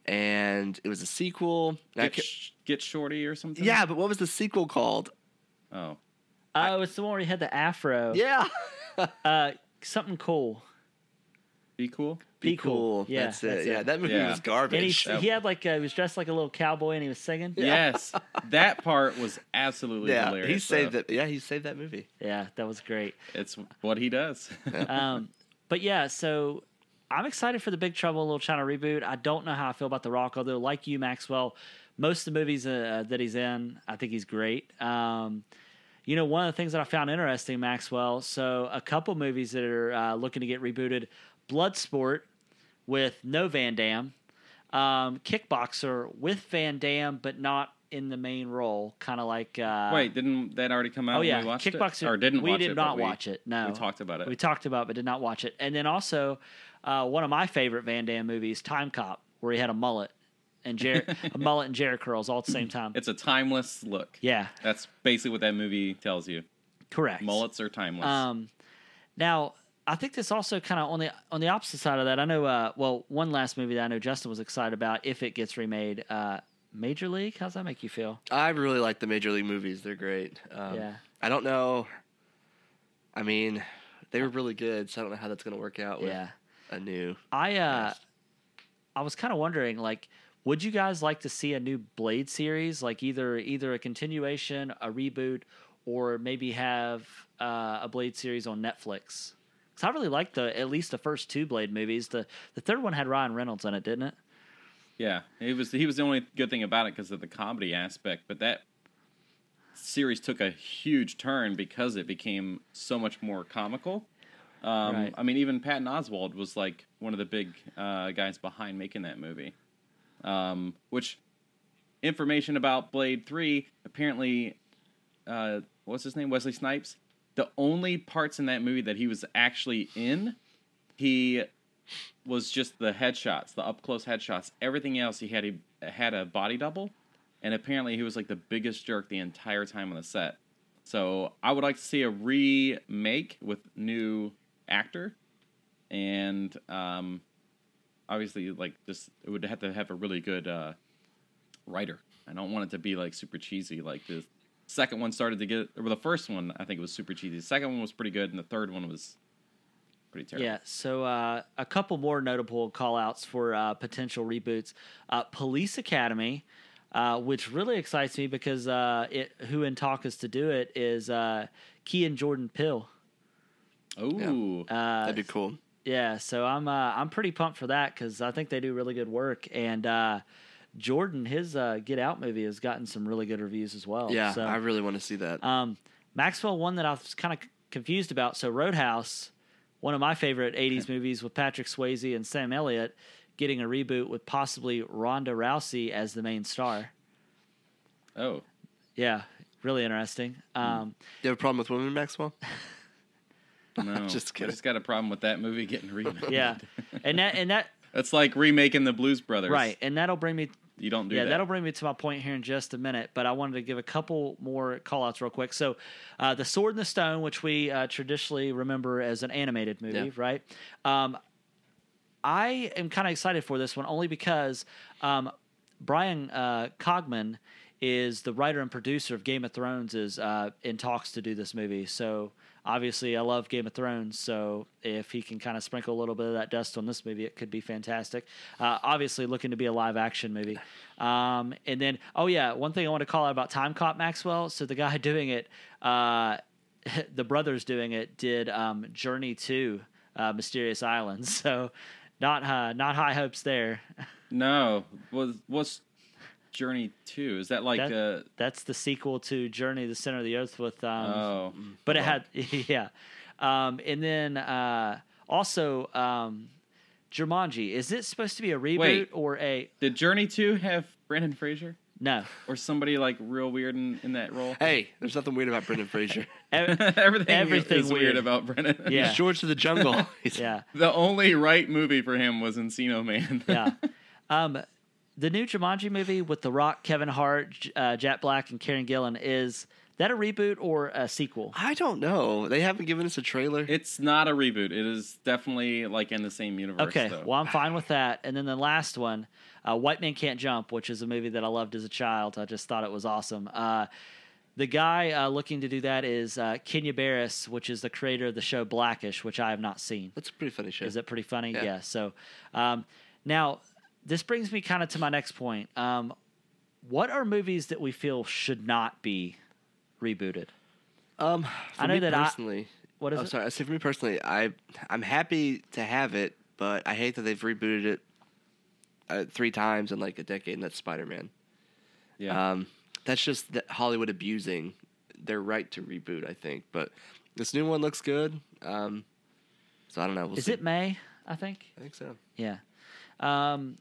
[SPEAKER 1] and it was a sequel. And I
[SPEAKER 3] get,
[SPEAKER 1] ca-
[SPEAKER 3] Sh- Get shorty or something.
[SPEAKER 1] yeah, but what was the sequel called?
[SPEAKER 3] Oh,
[SPEAKER 2] Oh, it's the one where he had the afro.
[SPEAKER 1] Yeah,
[SPEAKER 2] Uh, something cool.
[SPEAKER 3] be cool.
[SPEAKER 2] Be cool. Yeah,
[SPEAKER 1] that's it.
[SPEAKER 2] that's
[SPEAKER 1] yeah,
[SPEAKER 2] it.
[SPEAKER 1] that movie
[SPEAKER 3] Yeah.
[SPEAKER 1] was
[SPEAKER 2] And he,
[SPEAKER 1] garbage.
[SPEAKER 2] he had like uh he was dressed like a little cowboy and he was singing.
[SPEAKER 3] Yes, that part was absolutely
[SPEAKER 1] yeah,
[SPEAKER 3] hilarious.
[SPEAKER 1] he saved
[SPEAKER 3] though.
[SPEAKER 1] that. Yeah, he saved that movie.
[SPEAKER 2] yeah that was great.
[SPEAKER 3] It's what he does.
[SPEAKER 2] Um, but yeah, so I'm excited for the Big Trouble in Little China reboot. I don't know how I feel about The Rock, although like you, Maxwell, most of the movies uh, that he's in, I think he's great. Um, you know, one of the things that I found interesting, Maxwell. So a couple movies that are uh, looking to get rebooted: Bloodsport with no Van Damme, um, Kickboxer with Van Damme, but not in the main role. Kind of like uh,
[SPEAKER 3] Wait, didn't that already come out?
[SPEAKER 2] Oh yeah,
[SPEAKER 3] when we watched
[SPEAKER 2] Kickboxer.
[SPEAKER 3] It? Or didn't
[SPEAKER 2] we
[SPEAKER 3] watch
[SPEAKER 2] did
[SPEAKER 3] it, but
[SPEAKER 2] not
[SPEAKER 3] we-
[SPEAKER 2] watch it. No,
[SPEAKER 3] we talked about it.
[SPEAKER 2] We talked about, it, but did not watch it. And then also, uh, one of my favorite Van Damme movies, Time Cop, where he had a mullet and Jer- a mullet and Jerry curls all at the same time.
[SPEAKER 3] It's a timeless look.
[SPEAKER 2] yeah,
[SPEAKER 3] That's basically what that movie tells you.
[SPEAKER 2] correct.
[SPEAKER 3] Mullets are timeless.
[SPEAKER 2] Um, now I think this also kind of on the on the opposite side of that. I know. Uh, well, one last movie that I know Justin was excited about if it gets remade. Uh, Major League. How's that make you feel?
[SPEAKER 1] I really like the Major League movies. They're great. Um,
[SPEAKER 2] Yeah.
[SPEAKER 1] I don't know. I mean, they were really good, so I don't know how that's going to work out with
[SPEAKER 2] Yeah.
[SPEAKER 1] a new.
[SPEAKER 2] I uh,
[SPEAKER 1] Yes.
[SPEAKER 2] I was kind of wondering, like, would you guys like to see a new Blade series, like either either a continuation, a reboot, or maybe have uh, a Blade series on Netflix? Because I really liked the at least the first two Blade movies. The the third one had Ryan Reynolds in it, didn't it?
[SPEAKER 3] Yeah, he was he was the only good thing about it because of the comedy aspect. But that series took a huge turn because it became so much more comical. Um,
[SPEAKER 2] Right.
[SPEAKER 3] I mean, even Patton Oswald was like one of the big uh, guys behind making that movie. Um, which information about Blade Three apparently, uh, what's his name, Wesley Snipes. The only parts in that movie that he was actually in, he was just the headshots, the up close headshots. Everything else, he had a had a body double, and apparently he was like the biggest jerk the entire time on the set. So I would like to see a remake with new actor, and um, obviously like just it would have to have a really good uh, writer. I don't want it to be like super cheesy. Like the second one started to get, or the first one I think was super cheesy. The second one was pretty good, and the third one was pretty terrible.
[SPEAKER 2] Yeah, so uh, a couple more notable call outs for uh, potential reboots. Uh, Police Academy, uh, which really excites me because uh, it, who in talk is to do it is uh, Key and Jordan Pill.
[SPEAKER 3] Oh,
[SPEAKER 2] Uh,
[SPEAKER 1] That'd be cool.
[SPEAKER 2] yeah, so I'm uh, I'm pretty pumped for that because I think they do really good work. And uh, Jordan, his uh, Get Out movie has gotten some really good reviews as well.
[SPEAKER 1] yeah,
[SPEAKER 2] so.
[SPEAKER 1] I really want to see that.
[SPEAKER 2] Um, Maxwell, one that I was kind of confused about. So Roadhouse, one of my favorite '80s movies with Patrick Swayze and Sam Elliott, getting a reboot with possibly Ronda Rousey as the main star.
[SPEAKER 3] oh.
[SPEAKER 2] Yeah, really interesting. Um,
[SPEAKER 1] you have a problem with women, Maxwell?
[SPEAKER 3] No,
[SPEAKER 1] Just
[SPEAKER 3] I
[SPEAKER 1] kidding.
[SPEAKER 3] just got a problem with that movie getting remade.
[SPEAKER 2] Yeah, and that and that
[SPEAKER 3] that's like remaking the Blues Brothers.
[SPEAKER 2] right, and that'll bring me
[SPEAKER 3] You don't do
[SPEAKER 2] yeah,
[SPEAKER 3] that.
[SPEAKER 2] will bring me to my point here in just a minute, but I wanted to give a couple more call outs real quick. So, uh, The Sword and the Stone, which we uh, traditionally remember as an animated movie,
[SPEAKER 1] Yeah.
[SPEAKER 2] right? Um, I am kind of excited for this one only because um, Brian uh, Cogman is the writer and producer of Game of Thrones is uh, in talks to do this movie. So obviously, I love Game of Thrones. So if he can kind of sprinkle a little bit of that dust on this movie, it could be fantastic. Uh, obviously, looking to be a live action movie. Um, and then, oh yeah, one thing I want to call out about Time Cop Maxwell. So the guy doing it. Uh, the brothers doing it did um, Journey to uh, Mysterious Islands, so not uh, not high hopes there.
[SPEAKER 3] no, was what's Journey Two? Is that like
[SPEAKER 2] That-
[SPEAKER 3] uh,
[SPEAKER 2] That's the sequel to Journey to the Center of the Earth with um,
[SPEAKER 3] oh
[SPEAKER 2] but it had yeah, um, and then uh, also um, Jumanji. Is it supposed to be a reboot
[SPEAKER 3] Wait.
[SPEAKER 2] or a
[SPEAKER 3] did Journey Two have Brandon Fraser
[SPEAKER 2] no?
[SPEAKER 3] or somebody like real weird in, in that role?
[SPEAKER 1] Hey, there's nothing weird about Brendan Fraser.
[SPEAKER 2] Ev-
[SPEAKER 3] everything,
[SPEAKER 2] everything
[SPEAKER 3] is weird,
[SPEAKER 2] weird.
[SPEAKER 3] about Brendan.
[SPEAKER 2] Yeah.
[SPEAKER 1] He's George of the Jungle. He's-
[SPEAKER 2] yeah.
[SPEAKER 3] the only right movie for him was Encino Man.
[SPEAKER 2] yeah. Um, the new Jumanji movie with The Rock, Kevin Hart, J- uh, Jack Black, and Karen Gillan is that a reboot or a sequel?
[SPEAKER 1] I don't know. They haven't given us a trailer.
[SPEAKER 3] it's not a reboot. It is definitely like in the same universe.
[SPEAKER 2] Okay,
[SPEAKER 3] though.
[SPEAKER 2] well I'm fine with that. And then the last one, uh, White Man Can't Jump, which is a movie that I loved as a child. I just thought it was awesome. Uh, the guy uh, looking to do that is uh, Kenya Barris, which is the creator of the show Blackish, which I have not seen.
[SPEAKER 1] That's a pretty funny show.
[SPEAKER 2] Is it pretty funny? Yeah.
[SPEAKER 1] Yeah.
[SPEAKER 2] So um, now this brings me kind of to my next point. Um, what are movies that we feel should not be rebooted?
[SPEAKER 1] Um,
[SPEAKER 2] I
[SPEAKER 1] I know
[SPEAKER 2] know
[SPEAKER 1] me
[SPEAKER 2] that I-
[SPEAKER 1] personally.
[SPEAKER 2] What is
[SPEAKER 1] I'm
[SPEAKER 2] it?
[SPEAKER 1] sorry. I say for me personally, I I'm happy to have it, but I hate that they've rebooted it uh, three times in like a decade. And that's Spider Man.
[SPEAKER 3] yeah.
[SPEAKER 1] Um, that's just that Hollywood abusing their right to reboot. I think, but this new one looks good. Um, so I don't know. We'll
[SPEAKER 2] Is
[SPEAKER 1] see.
[SPEAKER 2] it May? I think.
[SPEAKER 1] I think so.
[SPEAKER 2] Yeah. Um,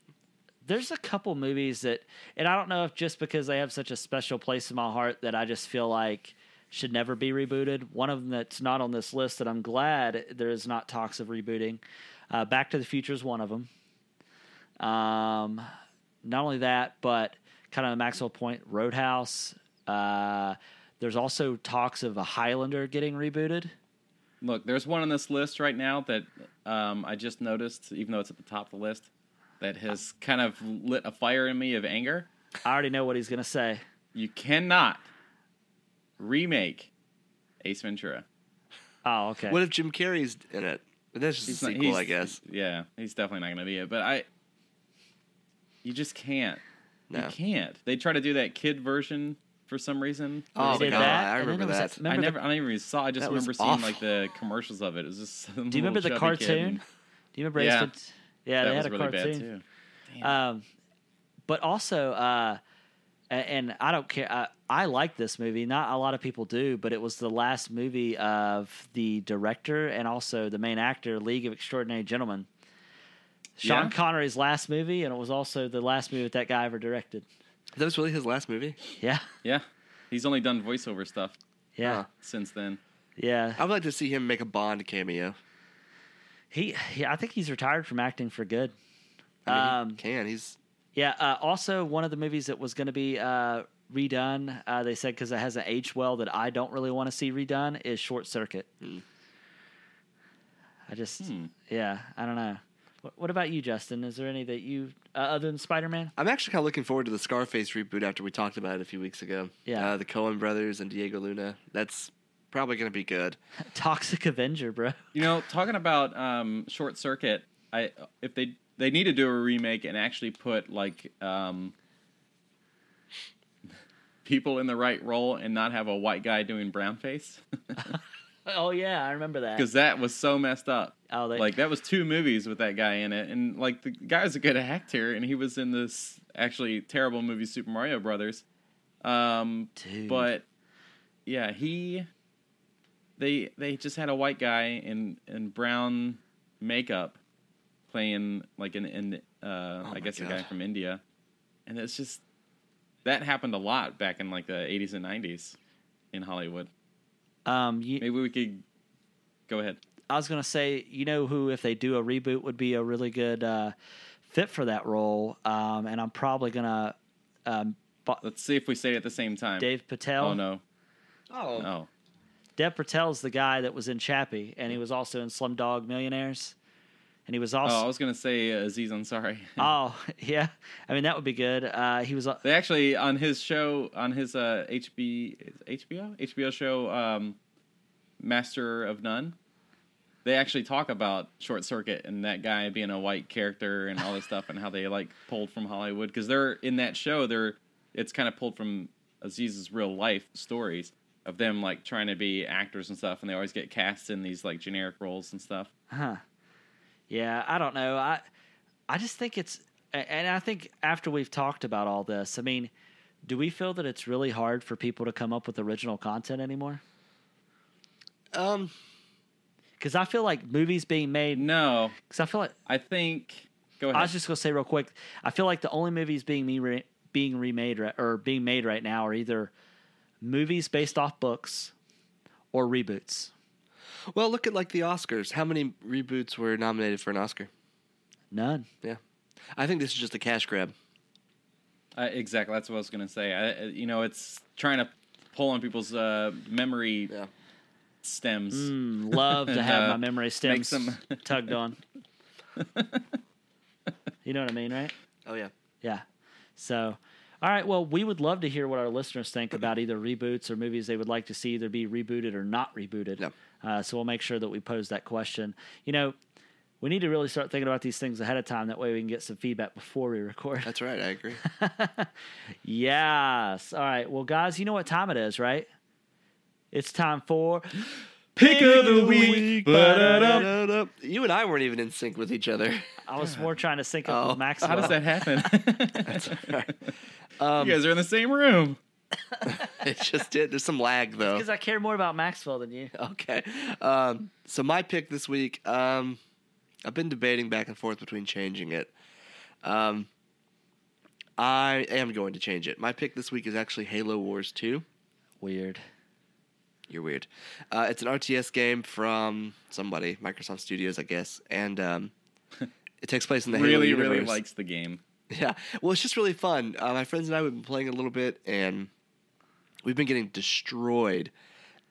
[SPEAKER 2] there's a couple movies that, and I don't know if just because they have such a special place in my heart that I just feel like should never be rebooted. One of them that's not on this list that I'm glad there is not talks of rebooting. Uh, Back to the Future is one of them. Um, not only that, but kind of the Maxwell Point Roadhouse. Uh, there's also talks of a Highlander getting rebooted.
[SPEAKER 3] Look, there's one on this list right now that um, I just noticed, even though it's at the top of the list, that has kind of lit a fire in me of anger.
[SPEAKER 2] I already know what he's going to say.
[SPEAKER 3] You cannot remake Ace Ventura.
[SPEAKER 2] Oh, okay.
[SPEAKER 1] What if Jim Carrey's in it? But that's just
[SPEAKER 3] He's
[SPEAKER 1] a
[SPEAKER 3] not-
[SPEAKER 1] sequel,
[SPEAKER 3] he's-
[SPEAKER 1] I guess.
[SPEAKER 3] Yeah, he's definitely not going to be it. But I, you just can't.
[SPEAKER 1] No.
[SPEAKER 3] You can't. They try to do that kid version for some reason.
[SPEAKER 1] Oh my
[SPEAKER 2] They did
[SPEAKER 1] god,
[SPEAKER 2] that,
[SPEAKER 1] I
[SPEAKER 2] and then
[SPEAKER 1] remember
[SPEAKER 2] there
[SPEAKER 1] that.
[SPEAKER 2] was that-
[SPEAKER 3] I
[SPEAKER 2] remember the-
[SPEAKER 3] never, I never even saw. I just
[SPEAKER 1] That was
[SPEAKER 3] remember seeing like
[SPEAKER 1] awful.
[SPEAKER 3] the commercials of it. It was just. Some
[SPEAKER 2] Do you remember
[SPEAKER 3] little
[SPEAKER 2] the
[SPEAKER 3] chubby kid
[SPEAKER 2] cartoon?
[SPEAKER 3] and-
[SPEAKER 2] Do you remember
[SPEAKER 3] Yeah.
[SPEAKER 2] Ace Vent- Yeah,
[SPEAKER 3] that
[SPEAKER 2] they had
[SPEAKER 3] was
[SPEAKER 2] a
[SPEAKER 3] really
[SPEAKER 2] cartoon.
[SPEAKER 3] bad too.
[SPEAKER 2] Um, but also, uh, A- and I don't care. I, I like this movie. Not a lot of people do, but it was the last movie of the director and also the main actor, League of Extraordinary Gentlemen. Sean
[SPEAKER 3] Yeah.
[SPEAKER 2] Connery's last movie, and it was also the last movie that that guy ever directed.
[SPEAKER 1] That was really his last movie.
[SPEAKER 2] Yeah,
[SPEAKER 3] Yeah. He's only done voiceover stuff
[SPEAKER 2] yeah,
[SPEAKER 1] Huh.
[SPEAKER 3] since then.
[SPEAKER 2] yeah.
[SPEAKER 1] I would like to see him make a Bond cameo.
[SPEAKER 2] He, yeah, I think he's retired from acting for good.
[SPEAKER 1] I mean,
[SPEAKER 2] Um,
[SPEAKER 1] he can he's
[SPEAKER 2] Yeah. Uh, also, one of the movies that was going to be uh, redone, uh, they said because it hasn't aged well that I don't really want to see redone is Short Circuit.
[SPEAKER 3] Hmm.
[SPEAKER 2] I just, yeah, I don't know. What, what about you, Justin? Is there any that you uh, other than Spider Man?
[SPEAKER 1] I'm actually kind of looking forward to the Scarface reboot after we talked about it a few weeks ago.
[SPEAKER 2] Yeah.
[SPEAKER 1] Uh, the Coen brothers and Diego Luna. That's probably going to be good.
[SPEAKER 2] Toxic Avenger, bro.
[SPEAKER 3] You know, talking about um, Short Circuit, I if they they need to do a remake and actually put like um, people in the right role and not have a white guy doing brown face
[SPEAKER 2] Oh yeah, I remember that.
[SPEAKER 3] because that was so messed up.
[SPEAKER 2] Oh, they-
[SPEAKER 3] like that was two movies with that guy in it, and like the guy's a good actor, and he was in this actually terrible movie Super Mario Brothers. Um,
[SPEAKER 2] Dude.
[SPEAKER 3] but yeah, he they they just had a white guy in in brown makeup playing like an in uh
[SPEAKER 1] my
[SPEAKER 3] I guess a guy
[SPEAKER 1] God.
[SPEAKER 3] from India, and it's just that happened a lot back in like the 80s and 90s in Hollywood.
[SPEAKER 2] um, you,
[SPEAKER 3] Maybe we could go ahead.
[SPEAKER 2] I was gonna say, you know who, if they do a reboot, would be a really good uh, fit for that role, um, and I'm probably gonna um, bo-
[SPEAKER 3] Let's see if we say it at the same time.
[SPEAKER 2] Dave Patel.
[SPEAKER 3] Oh no.
[SPEAKER 1] Oh.
[SPEAKER 3] Oh.
[SPEAKER 2] Dev Patel's the guy that was in Chappie, and he was also in Slumdog Millionaires, and he was
[SPEAKER 3] Oh, I
[SPEAKER 2] also
[SPEAKER 3] was gonna say uh, Aziz Ansari.
[SPEAKER 2] oh, yeah, I mean that would be good. Uh, he was uh,
[SPEAKER 3] They actually on his show on his uh HB HBO HBO show um Master of None. They actually talk about Short Circuit and that guy being a white character and all this stuff and how they like pulled from Hollywood because they're in that show they're it's kind of pulled from Aziz's real life stories of them like trying to be actors and stuff and they always get cast in these like generic roles and stuff.
[SPEAKER 2] huh, yeah, I don't know, I I just think it's, a- and I think after we've talked about all this, I mean, do we feel that it's really hard for people to come up with original content anymore?
[SPEAKER 1] Um,
[SPEAKER 2] Because I feel like movies being made,
[SPEAKER 3] No,
[SPEAKER 2] because I feel like
[SPEAKER 3] I think go ahead.
[SPEAKER 2] I was just gonna say real quick. I feel like the only movies being me re- being remade ri- or being made right now are either movies based off books or reboots.
[SPEAKER 1] well, look at like the Oscars. How many reboots were nominated for an Oscar?
[SPEAKER 2] None.
[SPEAKER 1] Yeah. I think this is just a cash grab.
[SPEAKER 3] Uh, exactly. That's what I was going to say. I, you know, it's trying to pull on people's uh, memory
[SPEAKER 1] Yeah.
[SPEAKER 3] stems.
[SPEAKER 2] Mm, love to have
[SPEAKER 3] Uh,
[SPEAKER 2] my memory stems
[SPEAKER 3] some-
[SPEAKER 2] tugged on. you know what I mean, right?
[SPEAKER 1] Oh yeah.
[SPEAKER 2] Yeah. So, all right. Well, we would love to hear what our listeners think about either reboots or movies they would like to see either be rebooted or not rebooted.
[SPEAKER 1] Yeah.
[SPEAKER 2] Uh, so we'll make sure that we pose that question. You know, we need to really start thinking about these things ahead of time. That way we can get some feedback before we record.
[SPEAKER 1] That's right. I agree.
[SPEAKER 2] yes. All right. Well, guys, you know what time it is, right? It's time for
[SPEAKER 3] Pick of the week. Ba-da-dum.
[SPEAKER 1] you and I weren't even in sync with each other.
[SPEAKER 2] I was more trying to sync up
[SPEAKER 1] Oh.
[SPEAKER 2] with Maxwell.
[SPEAKER 3] How does that happen?
[SPEAKER 1] Um,
[SPEAKER 3] you guys are in the same room.
[SPEAKER 1] it just did. There's some lag though.
[SPEAKER 2] Because I care more about Maxwell than you.
[SPEAKER 1] Okay. Um, so my pick this week, um, I've been debating back and forth between changing it. Um, I am going to change it. My pick this week is actually Halo Wars 2.
[SPEAKER 2] Weird.
[SPEAKER 1] You're weird. Uh, it's an RTS game from somebody, Microsoft Studios, I guess, and um, it takes place in the
[SPEAKER 3] really,
[SPEAKER 1] Halo
[SPEAKER 3] really
[SPEAKER 1] universe.
[SPEAKER 3] likes the game.
[SPEAKER 1] Yeah. Well, it's just really fun. Uh, my friends and I, we've been playing a little bit, and we've been getting destroyed.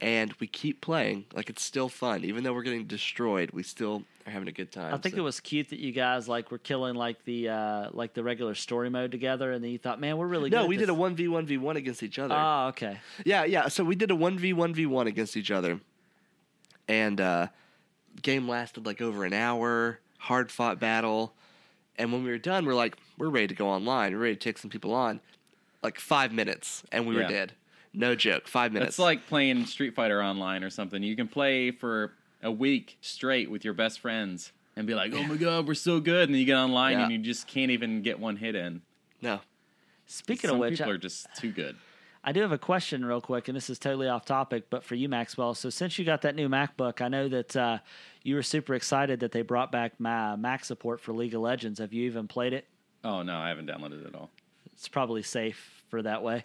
[SPEAKER 1] And we keep playing. Like, it's still fun. Even though we're getting destroyed, we still are having a good time.
[SPEAKER 2] I think it was cute that you guys like were killing like the uh like the regular story mode together, and then you thought, man, we're really good.
[SPEAKER 1] No,
[SPEAKER 2] at
[SPEAKER 1] we did a
[SPEAKER 2] this."
[SPEAKER 1] 1v1v1 against each other.
[SPEAKER 2] Oh, okay.
[SPEAKER 1] yeah, yeah. So we did a 1v1v1 against each other. And uh game lasted like over an hour, hard fought battle. And when we were done, we're like, we're ready to go online. We're ready to take some people on. Like five minutes, and we
[SPEAKER 3] Yeah.
[SPEAKER 1] were dead. No joke. Five minutes.
[SPEAKER 3] It's like playing Street Fighter online or something. You can play for a week straight with your best friends and be like, "Oh my god, we're so good!" And then you get online
[SPEAKER 1] Yeah.
[SPEAKER 3] and you just can't even get one hit in.
[SPEAKER 1] No.
[SPEAKER 2] Speaking
[SPEAKER 3] Some
[SPEAKER 2] of which,
[SPEAKER 3] people
[SPEAKER 2] I-
[SPEAKER 3] are just too good.
[SPEAKER 2] I do have a question real quick, and this is totally off topic, but for you, Maxwell. So since you got that new MacBook, I know that uh, you were super excited that they brought back my Mac support for League of Legends. Have you even played it?
[SPEAKER 3] Oh no, I haven't downloaded it at all.
[SPEAKER 2] It's probably safe for that way.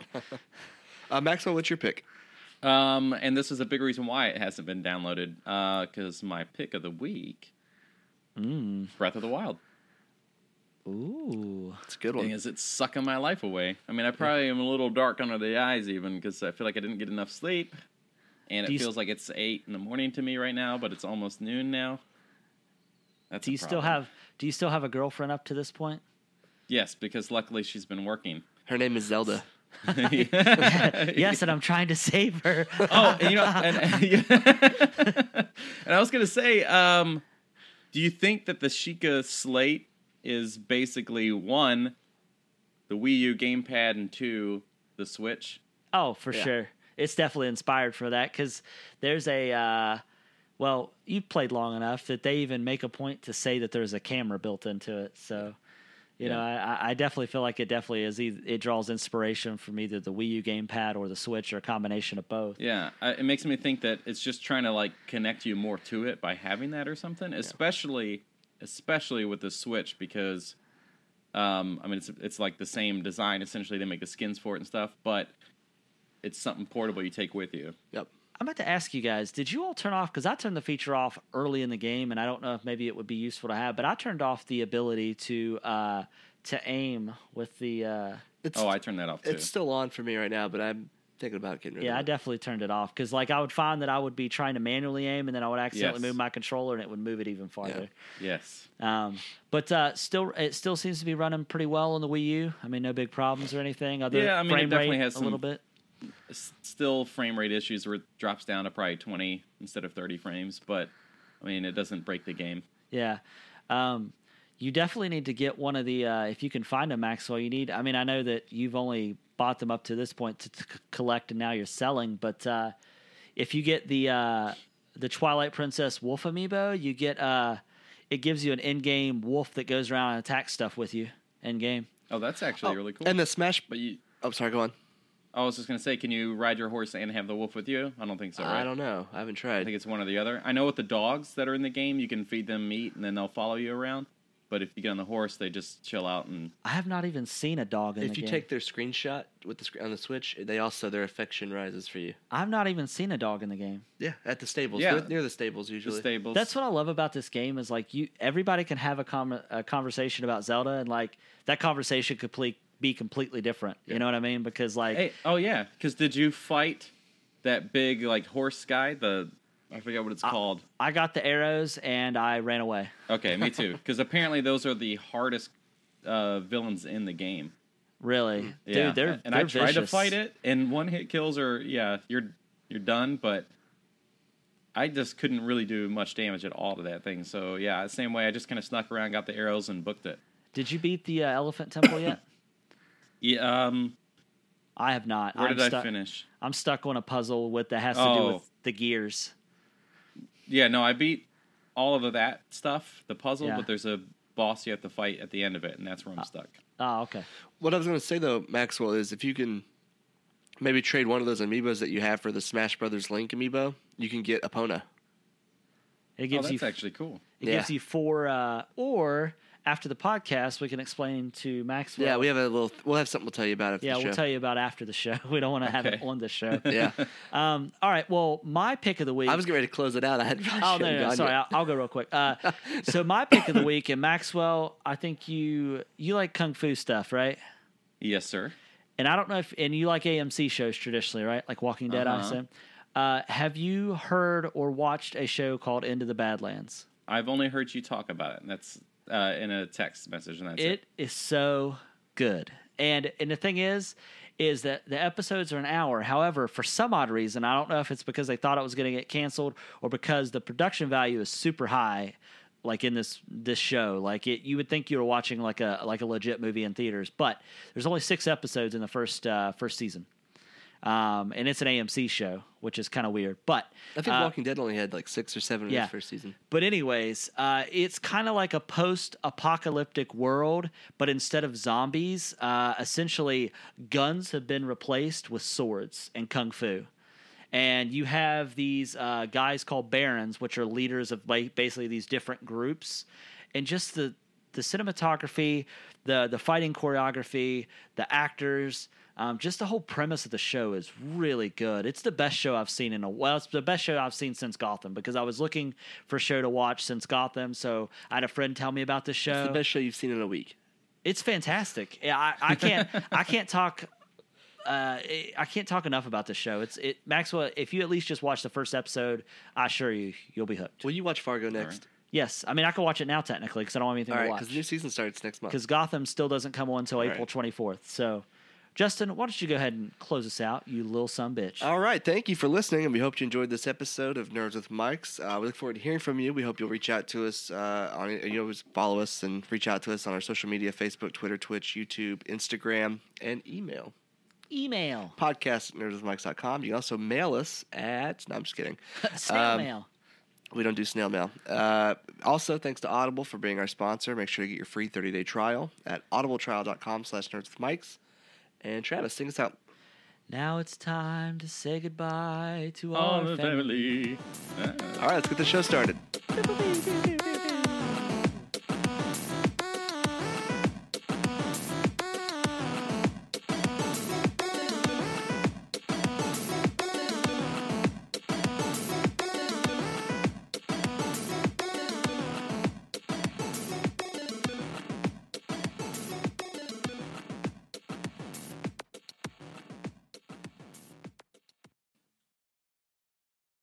[SPEAKER 1] Uh, Maxwell, what's your pick?
[SPEAKER 3] Um, and this is a big reason why it hasn't been downloaded. Because my pick of the week,
[SPEAKER 2] Hmm.
[SPEAKER 3] Breath of the Wild.
[SPEAKER 2] Ooh,
[SPEAKER 1] It's a good
[SPEAKER 3] Thing
[SPEAKER 1] one.
[SPEAKER 3] is, it's sucking my life away. I mean, I probably am a little dark under the eyes even because I feel like I didn't get enough sleep, and
[SPEAKER 2] Do
[SPEAKER 3] it
[SPEAKER 2] you s-
[SPEAKER 3] feels like it's eight in the morning to me right now. But it's almost noon now. That's
[SPEAKER 2] do
[SPEAKER 3] a
[SPEAKER 2] you still
[SPEAKER 3] problem.
[SPEAKER 2] have do you still have a girlfriend up to this point?
[SPEAKER 3] Yes, because luckily she's been working.
[SPEAKER 1] Her name is Zelda.
[SPEAKER 2] yes, and I'm trying to save her.
[SPEAKER 3] Oh, and you know, and, and- and I was gonna say, um, do you think that the Sheikah slate is basically one, the Wii U gamepad, and two, the Switch?
[SPEAKER 2] Oh, for sure. It's definitely inspired for that because there's a, uh, well, you played long enough that they even make a point to say that there's a camera built into it. So, you know, I, I- I definitely feel like it definitely is. eith- It draws inspiration from either the Wii U gamepad or the Switch or a combination of both.
[SPEAKER 3] Yeah, I, it makes me think that it's just trying to like connect you more to it by having that or something, especially especially with the Switch because um I mean it's it's like the same design essentially they make the skins for it and stuff, but it's something portable you take with you.
[SPEAKER 1] Yep.
[SPEAKER 2] I'm about to ask you guys, did you all turn off? Because I turned the feature off early in the game, and I don't know if maybe it would be useful to have, but I turned off the ability to, uh, to aim with the, uh,
[SPEAKER 1] It's,
[SPEAKER 3] Oh, I turned that off too.
[SPEAKER 1] it's still on for me right now, but I'm thinking about getting rid
[SPEAKER 2] Yeah,
[SPEAKER 1] of
[SPEAKER 2] I
[SPEAKER 1] it.
[SPEAKER 2] definitely turned it off because like I would find that I would be trying to manually aim and then I would accidentally
[SPEAKER 3] Yes.
[SPEAKER 2] move my controller and it would move it even farther.
[SPEAKER 3] Yes.
[SPEAKER 2] Um, but uh, still, it still seems to be running pretty well on the Wii U. I mean, no big problems or anything. Other
[SPEAKER 3] Yeah, I mean, it
[SPEAKER 2] frame
[SPEAKER 3] definitely
[SPEAKER 2] rate
[SPEAKER 3] has
[SPEAKER 2] a
[SPEAKER 3] some-
[SPEAKER 2] little bit.
[SPEAKER 3] S- Still frame rate issues where it drops down to probably 20 instead of 30 frames, but I mean, it doesn't break the game.
[SPEAKER 2] Yeah. Um, you definitely need to get one of the, uh, if you can find a Maxwell, you need, I mean, I know that you've only bought them up to this point to, to c- collect and now you're selling, but uh, if you get the, uh, the Twilight Princess Wolf amiibo, you get, uh, it gives you an in game wolf that goes around and attacks stuff with you in game.
[SPEAKER 3] Oh, that's actually really cool.
[SPEAKER 1] And the Smash.
[SPEAKER 3] but you
[SPEAKER 1] Oh, sorry, go on.
[SPEAKER 3] I was just gonna say, can you ride your horse and have the wolf with you? I don't think so. Right?
[SPEAKER 1] I don't know. I haven't
[SPEAKER 3] I think
[SPEAKER 1] tried.
[SPEAKER 3] it's one or the other. I know with the dogs that are in the game, you can feed them meat and then they'll follow you around. But if you get on the horse, they just chill out and
[SPEAKER 2] I have not even seen a dog in
[SPEAKER 1] If
[SPEAKER 2] the
[SPEAKER 1] you
[SPEAKER 2] game.
[SPEAKER 1] take their screenshot with the sc- on the Switch, they also their affection rises for you.
[SPEAKER 2] I've not even seen a dog in the game.
[SPEAKER 1] Yeah, at the stables.
[SPEAKER 3] Yeah.
[SPEAKER 1] near, near the stables
[SPEAKER 3] the
[SPEAKER 1] usually.
[SPEAKER 3] stables.
[SPEAKER 2] That's what I love about this game is like you everybody can have a, com- a conversation about Zelda and like that conversation could ple- be completely different. You know what I mean? Because like
[SPEAKER 3] Hey, oh yeah, because did you fight that big like horse guy? The I forget what it's called.
[SPEAKER 2] I got the arrows and I ran away.
[SPEAKER 3] Okay, me too. Because apparently those are the hardest uh, villains in the game.
[SPEAKER 2] Really,
[SPEAKER 3] Mm, Yeah.
[SPEAKER 2] dude, they're
[SPEAKER 3] and
[SPEAKER 2] they're
[SPEAKER 3] I tried to
[SPEAKER 2] vicious.
[SPEAKER 3] fight it, and one hit kills are yeah, you're you're done. But I just couldn't really do much damage at all to that thing. So yeah, same way. I just kind of snuck around, got the arrows, and booked it.
[SPEAKER 2] Did you beat the uh, Elephant Temple yet?
[SPEAKER 3] Yeah. Um.
[SPEAKER 2] I have not.
[SPEAKER 3] Where
[SPEAKER 2] I'm
[SPEAKER 3] did I
[SPEAKER 2] stuck-
[SPEAKER 3] finish?
[SPEAKER 2] I'm stuck on a puzzle with that has to do
[SPEAKER 3] Oh.
[SPEAKER 2] with the gears.
[SPEAKER 3] Yeah. No, I beat all of that stuff, the puzzle.
[SPEAKER 2] Yeah.
[SPEAKER 3] But there's a boss you have to fight at the end of it, and that's where I'm stuck.
[SPEAKER 2] Oh, okay.
[SPEAKER 1] What I was going to say though, Maxwell, is if you can maybe trade one of those amiibos that you have for the Smash Brothers Link amiibo, you can get Epona.
[SPEAKER 2] It
[SPEAKER 3] Oh,
[SPEAKER 2] gives you
[SPEAKER 3] that's actually cool.
[SPEAKER 2] it
[SPEAKER 1] Yeah.
[SPEAKER 2] gives you four uh, or after the podcast we can explain to Maxwell.
[SPEAKER 1] yeah, we have a little. We'll have something we'll tell you about after
[SPEAKER 2] yeah,
[SPEAKER 1] the show.
[SPEAKER 2] we'll tell you about after the show. We don't want to have it
[SPEAKER 3] Okay.
[SPEAKER 2] on the show.
[SPEAKER 1] Yeah,
[SPEAKER 2] Um, all right. Well, my pick of the week.
[SPEAKER 1] I was getting ready to close it out. I had.
[SPEAKER 2] Oh no, no, no sorry. I'll, I'll go real quick. Uh, so my pick of the week and Maxwell. I think you you like kung fu stuff, right?
[SPEAKER 3] Yes, sir.
[SPEAKER 2] And I don't know if and you like AMC shows traditionally, right? Like Walking Dead, I
[SPEAKER 3] Uh-huh.
[SPEAKER 2] assume. Uh, have you heard or watched a show called Into the Badlands?
[SPEAKER 3] I've only heard you talk about it, and that's uh, in a text message, and that's it.
[SPEAKER 2] It is so good. And and the thing is, is that the episodes are an hour. However, for some odd reason, I don't know if it's because they thought it was going to get canceled or because the production value is super high. Like in this this show, like it, you would think you were watching like a like a legit movie in theaters, but there's only six episodes in the first uh, first season. Um, and it's an AMC show, which is kind of weird. But
[SPEAKER 1] I think Walking Dead only had like six or seven in
[SPEAKER 2] yeah.
[SPEAKER 1] its first season.
[SPEAKER 2] But anyways, uh, it's kind of like a post-apocalyptic world, but instead of zombies, uh, essentially guns have been replaced with swords and kung fu. And you have these uh, guys called barons, which are leaders of ba- basically these different groups, and just the the cinematography, the the fighting choreography, the actors. Um, just the whole premise of the show is really good. It's the best show I've seen in a well. It's the best show I've seen since Gotham because I was looking for a show to watch since Gotham. So I had a friend tell me about this show.
[SPEAKER 1] It's the best show you've seen in a week.
[SPEAKER 2] It's fantastic. Yeah, I, I can't I can't talk uh, I can't talk enough about this show. It's it Maxwell. If you at least just watch the first episode, I assure you, you'll be hooked.
[SPEAKER 1] Will you watch Fargo next?
[SPEAKER 2] Yes, I mean I can watch it now technically because I don't have anything
[SPEAKER 1] All
[SPEAKER 2] to
[SPEAKER 1] right, because the new
[SPEAKER 2] watch.
[SPEAKER 1] season starts next month.
[SPEAKER 2] Because Gotham still doesn't come on until
[SPEAKER 1] right.
[SPEAKER 2] April twenty fourth. So, Justin, why don't you go ahead and close us out, you little son bitch?
[SPEAKER 1] All right. Thank you for listening, and we hope you enjoyed this episode of Nerds with Mikes. Uh, we look forward to hearing from you. We hope you'll reach out to us uh, on you know just follow us and reach out to us on our social media: Facebook, Twitter, Twitch, YouTube, Instagram, and email.
[SPEAKER 2] Email,
[SPEAKER 1] Podcast at nerdswithmikes.com. You can also mail us at. No, I'm just kidding.
[SPEAKER 2] snail
[SPEAKER 1] Um,
[SPEAKER 2] mail.
[SPEAKER 1] We don't do snail mail. Uh, also, thanks to Audible for being our sponsor. Make sure to get your free 30 day trial at audibletrial.com slash nerdswithmikes. And Travis, sing us out.
[SPEAKER 2] Now it's time to say goodbye to
[SPEAKER 3] All
[SPEAKER 2] our
[SPEAKER 1] Oh,
[SPEAKER 3] the
[SPEAKER 2] family.
[SPEAKER 3] family.
[SPEAKER 1] All right, let's get the show started.
[SPEAKER 2] family.